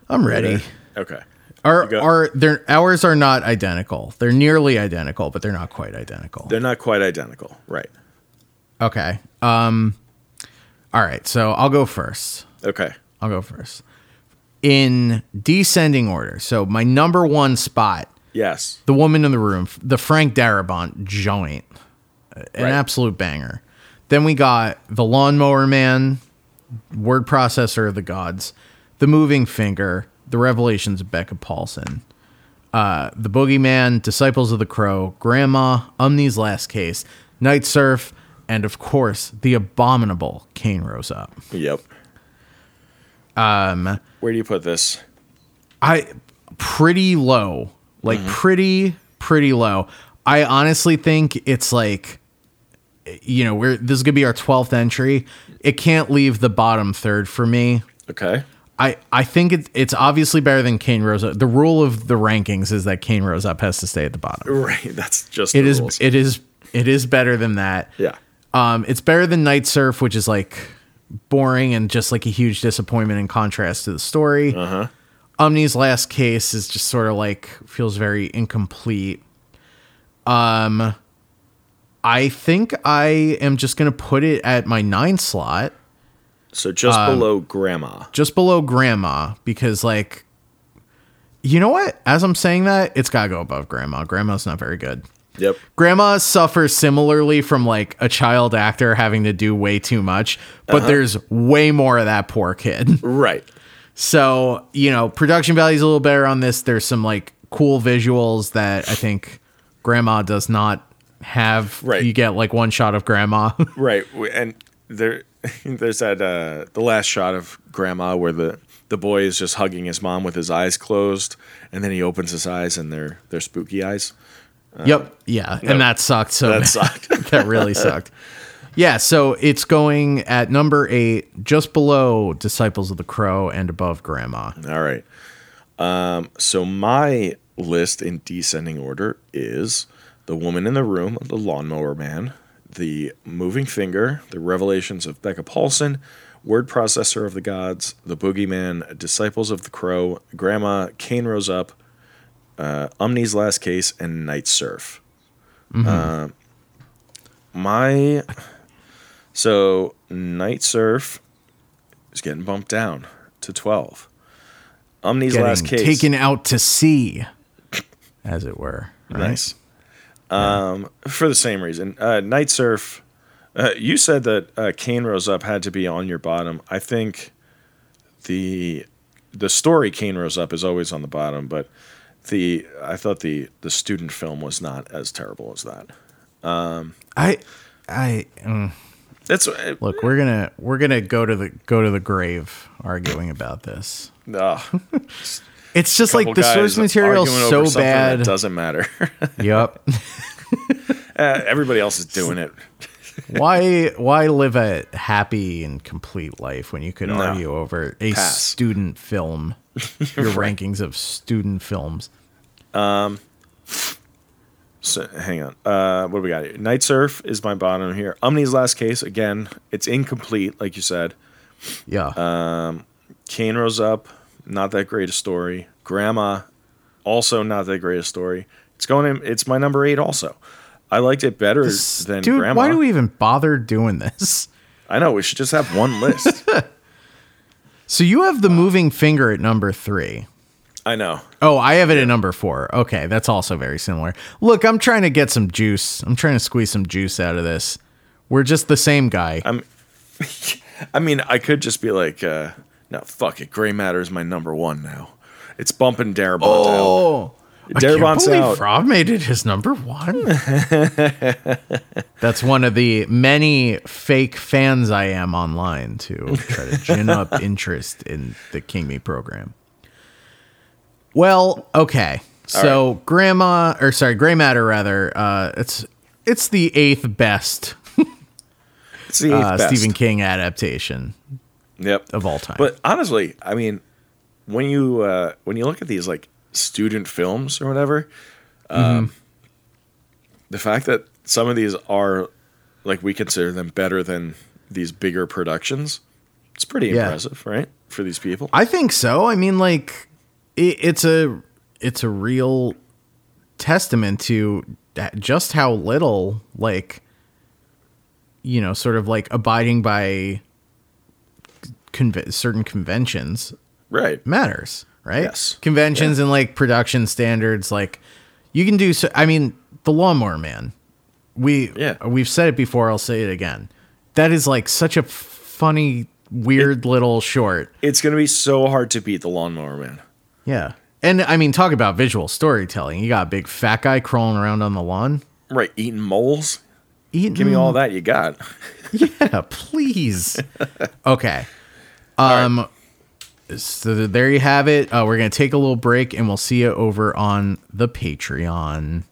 Speaker 2: I'm ready.
Speaker 1: okay,
Speaker 2: Our
Speaker 1: go.
Speaker 2: our their ours are not identical. They're nearly identical, but they're not quite identical.
Speaker 1: they're not quite identical, right?
Speaker 2: okay. Um. All right. So I'll go first.
Speaker 1: Okay.
Speaker 2: I'll go first. In descending order. So my number one spot,
Speaker 1: Yes.
Speaker 2: the woman in the room, the Frank Darabont joint, an
Speaker 1: Right.
Speaker 2: absolute banger. Then we got the lawnmower man, word processor of the gods, the moving finger, the revelations of Becca Paulson, uh, the boogeyman, disciples of the crow, grandma, Umni's last case, night surf, and of course the abominable Kane rose up.
Speaker 1: Yep. Um, where do you put this?
Speaker 2: I pretty low. Like pretty pretty low. I honestly think it's like you know, we're this is going to be our 12th entry. It can't leave the bottom third for me.
Speaker 1: Okay.
Speaker 2: I I think it, it's obviously better than Kane Rose. Up. The rule of the rankings is that Kane Rose up has to stay at the bottom.
Speaker 1: Right. That's just
Speaker 2: It
Speaker 1: the
Speaker 2: is
Speaker 1: rules.
Speaker 2: it is it is better than that.
Speaker 1: yeah.
Speaker 2: Um, it's better than Night Surf, which is like boring and just like a huge disappointment in contrast to the story. Uh-huh. Omni's last case is just sort of like feels very incomplete. Um, I think I am just gonna put it at my nine slot,
Speaker 1: So just below grandma.
Speaker 2: just below Grandma, because like, you know what? As I'm saying that, it's gotta go above Grandma. Grandma's not very good.
Speaker 1: Yep.
Speaker 2: Grandma suffers similarly from like a child actor having to do way too much, but there's way more of that poor kid.
Speaker 1: Right.
Speaker 2: So, you know, production value's a little better on this. There's some like cool visuals that I think grandma does not have.
Speaker 1: Right. Uh-huh.
Speaker 2: You get like one shot of grandma.
Speaker 1: Right. W- And there there's that uh the last shot of grandma where the the boy is just hugging his mom with his eyes closed and then he opens his eyes and they're they're spooky eyes.
Speaker 2: yep. Yeah. And that sucked. So
Speaker 1: That
Speaker 2: bad.
Speaker 1: sucked.
Speaker 2: that really sucked. Yeah, so it's going at number eight, just below Disciples of the Crow and above Grandma.
Speaker 1: All right. Um, so my list in descending order is The Woman in the Room, The Lawnmower Man, The Moving Finger, The Revelations of Becca Paulson, Word Processor of the Gods, The Boogeyman, Disciples of the Crow, Grandma, Kane Rose Up, uh, Umni's Last Case, and Night Surf.
Speaker 2: Mm-hmm.
Speaker 1: Uh, my so Night Surf is getting bumped down to twelve. Omni's
Speaker 2: Getting
Speaker 1: last case
Speaker 2: taken out to sea, as it were. right?
Speaker 1: Nice. Um, for the same reason, uh, Night Surf. Uh, you said that uh, Kane Rose Up had to be on your bottom. I think the the story Kane Rose Up is always on the bottom, but the I thought the the student film was not as terrible as that.
Speaker 2: I, I mm.
Speaker 1: That's uh,
Speaker 2: look. We're gonna we're gonna go to the go to the grave arguing about this.
Speaker 1: ugh.
Speaker 2: It's just
Speaker 1: Couple
Speaker 2: like the
Speaker 1: guys
Speaker 2: source material
Speaker 1: arguing
Speaker 2: so
Speaker 1: over something that
Speaker 2: bad.
Speaker 1: doesn't matter.
Speaker 2: Yep.
Speaker 1: Uh, everybody else is doing it.
Speaker 2: why why live a happy and complete life when you could
Speaker 1: No.
Speaker 2: argue over a
Speaker 1: Pass.
Speaker 2: student film your rankings of student films
Speaker 1: So hang on. Uh, what do we got here? Night Surf is my bottom here. Omni's last case again. It's incomplete, like you said.
Speaker 2: yeah
Speaker 1: Uh, Kane rose up. Not that great a story. Grandma, also not that great a story. It's going. In, it's my number eight. Also, I liked it better than
Speaker 2: dude
Speaker 1: Grandma.
Speaker 2: why do we even bother doing this
Speaker 1: I know we should just have one list.
Speaker 2: so you have the moving finger at number three
Speaker 1: I know.
Speaker 2: Oh, I have it at number four. Okay, that's also very similar. Look, I'm trying to get some juice. I'm trying to squeeze some juice out of this. We're just the same guy.
Speaker 1: I mean, I could just be like, uh, no, fuck it. Gray Matter is my number one now. It's bumping Darabont
Speaker 2: Oh.
Speaker 1: out.
Speaker 2: I can't
Speaker 1: Darabont's
Speaker 2: believe
Speaker 1: out.
Speaker 2: Rob made it his number one. that's one of the many fake fans I am online to try to gin up interest in the King Me program. Well, okay. So grandma or sorry, gray matter rather, uh it's it's the eighth best
Speaker 1: It's the eighth
Speaker 2: uh,
Speaker 1: best.
Speaker 2: Stephen King adaptation
Speaker 1: Yep.
Speaker 2: of all time.
Speaker 1: But honestly, I mean, when you uh, when you look at these like student films or whatever, um,
Speaker 2: Mm-hmm.
Speaker 1: the fact that some of these are like we consider them better than these bigger productions, it's pretty
Speaker 2: Yeah.
Speaker 1: impressive, right? For these people,
Speaker 2: I think so. I mean, like it, it's a it's a real testament to that- just how little like you know, sort of like abiding by conve- certain conventions
Speaker 1: right?
Speaker 2: matters, right?
Speaker 1: Yes.
Speaker 2: Conventions and like production standards, like you can do. So, I mean, the Lawnmower Man. We
Speaker 1: Yeah.
Speaker 2: we've said it before. I'll say it again. That is like such a funny, weird little short.
Speaker 1: It's gonna be so hard to beat the Lawnmower Man.
Speaker 2: Yeah, and I mean, talk about visual storytelling. You got a big fat guy crawling around on the lawn.
Speaker 1: Right, eating moles.
Speaker 2: Eating,
Speaker 1: Give me all that you got.
Speaker 2: yeah, please. Okay. Um. So th- there you have it. Uh, we're gonna take a little break, and we'll see you over on the Patreon.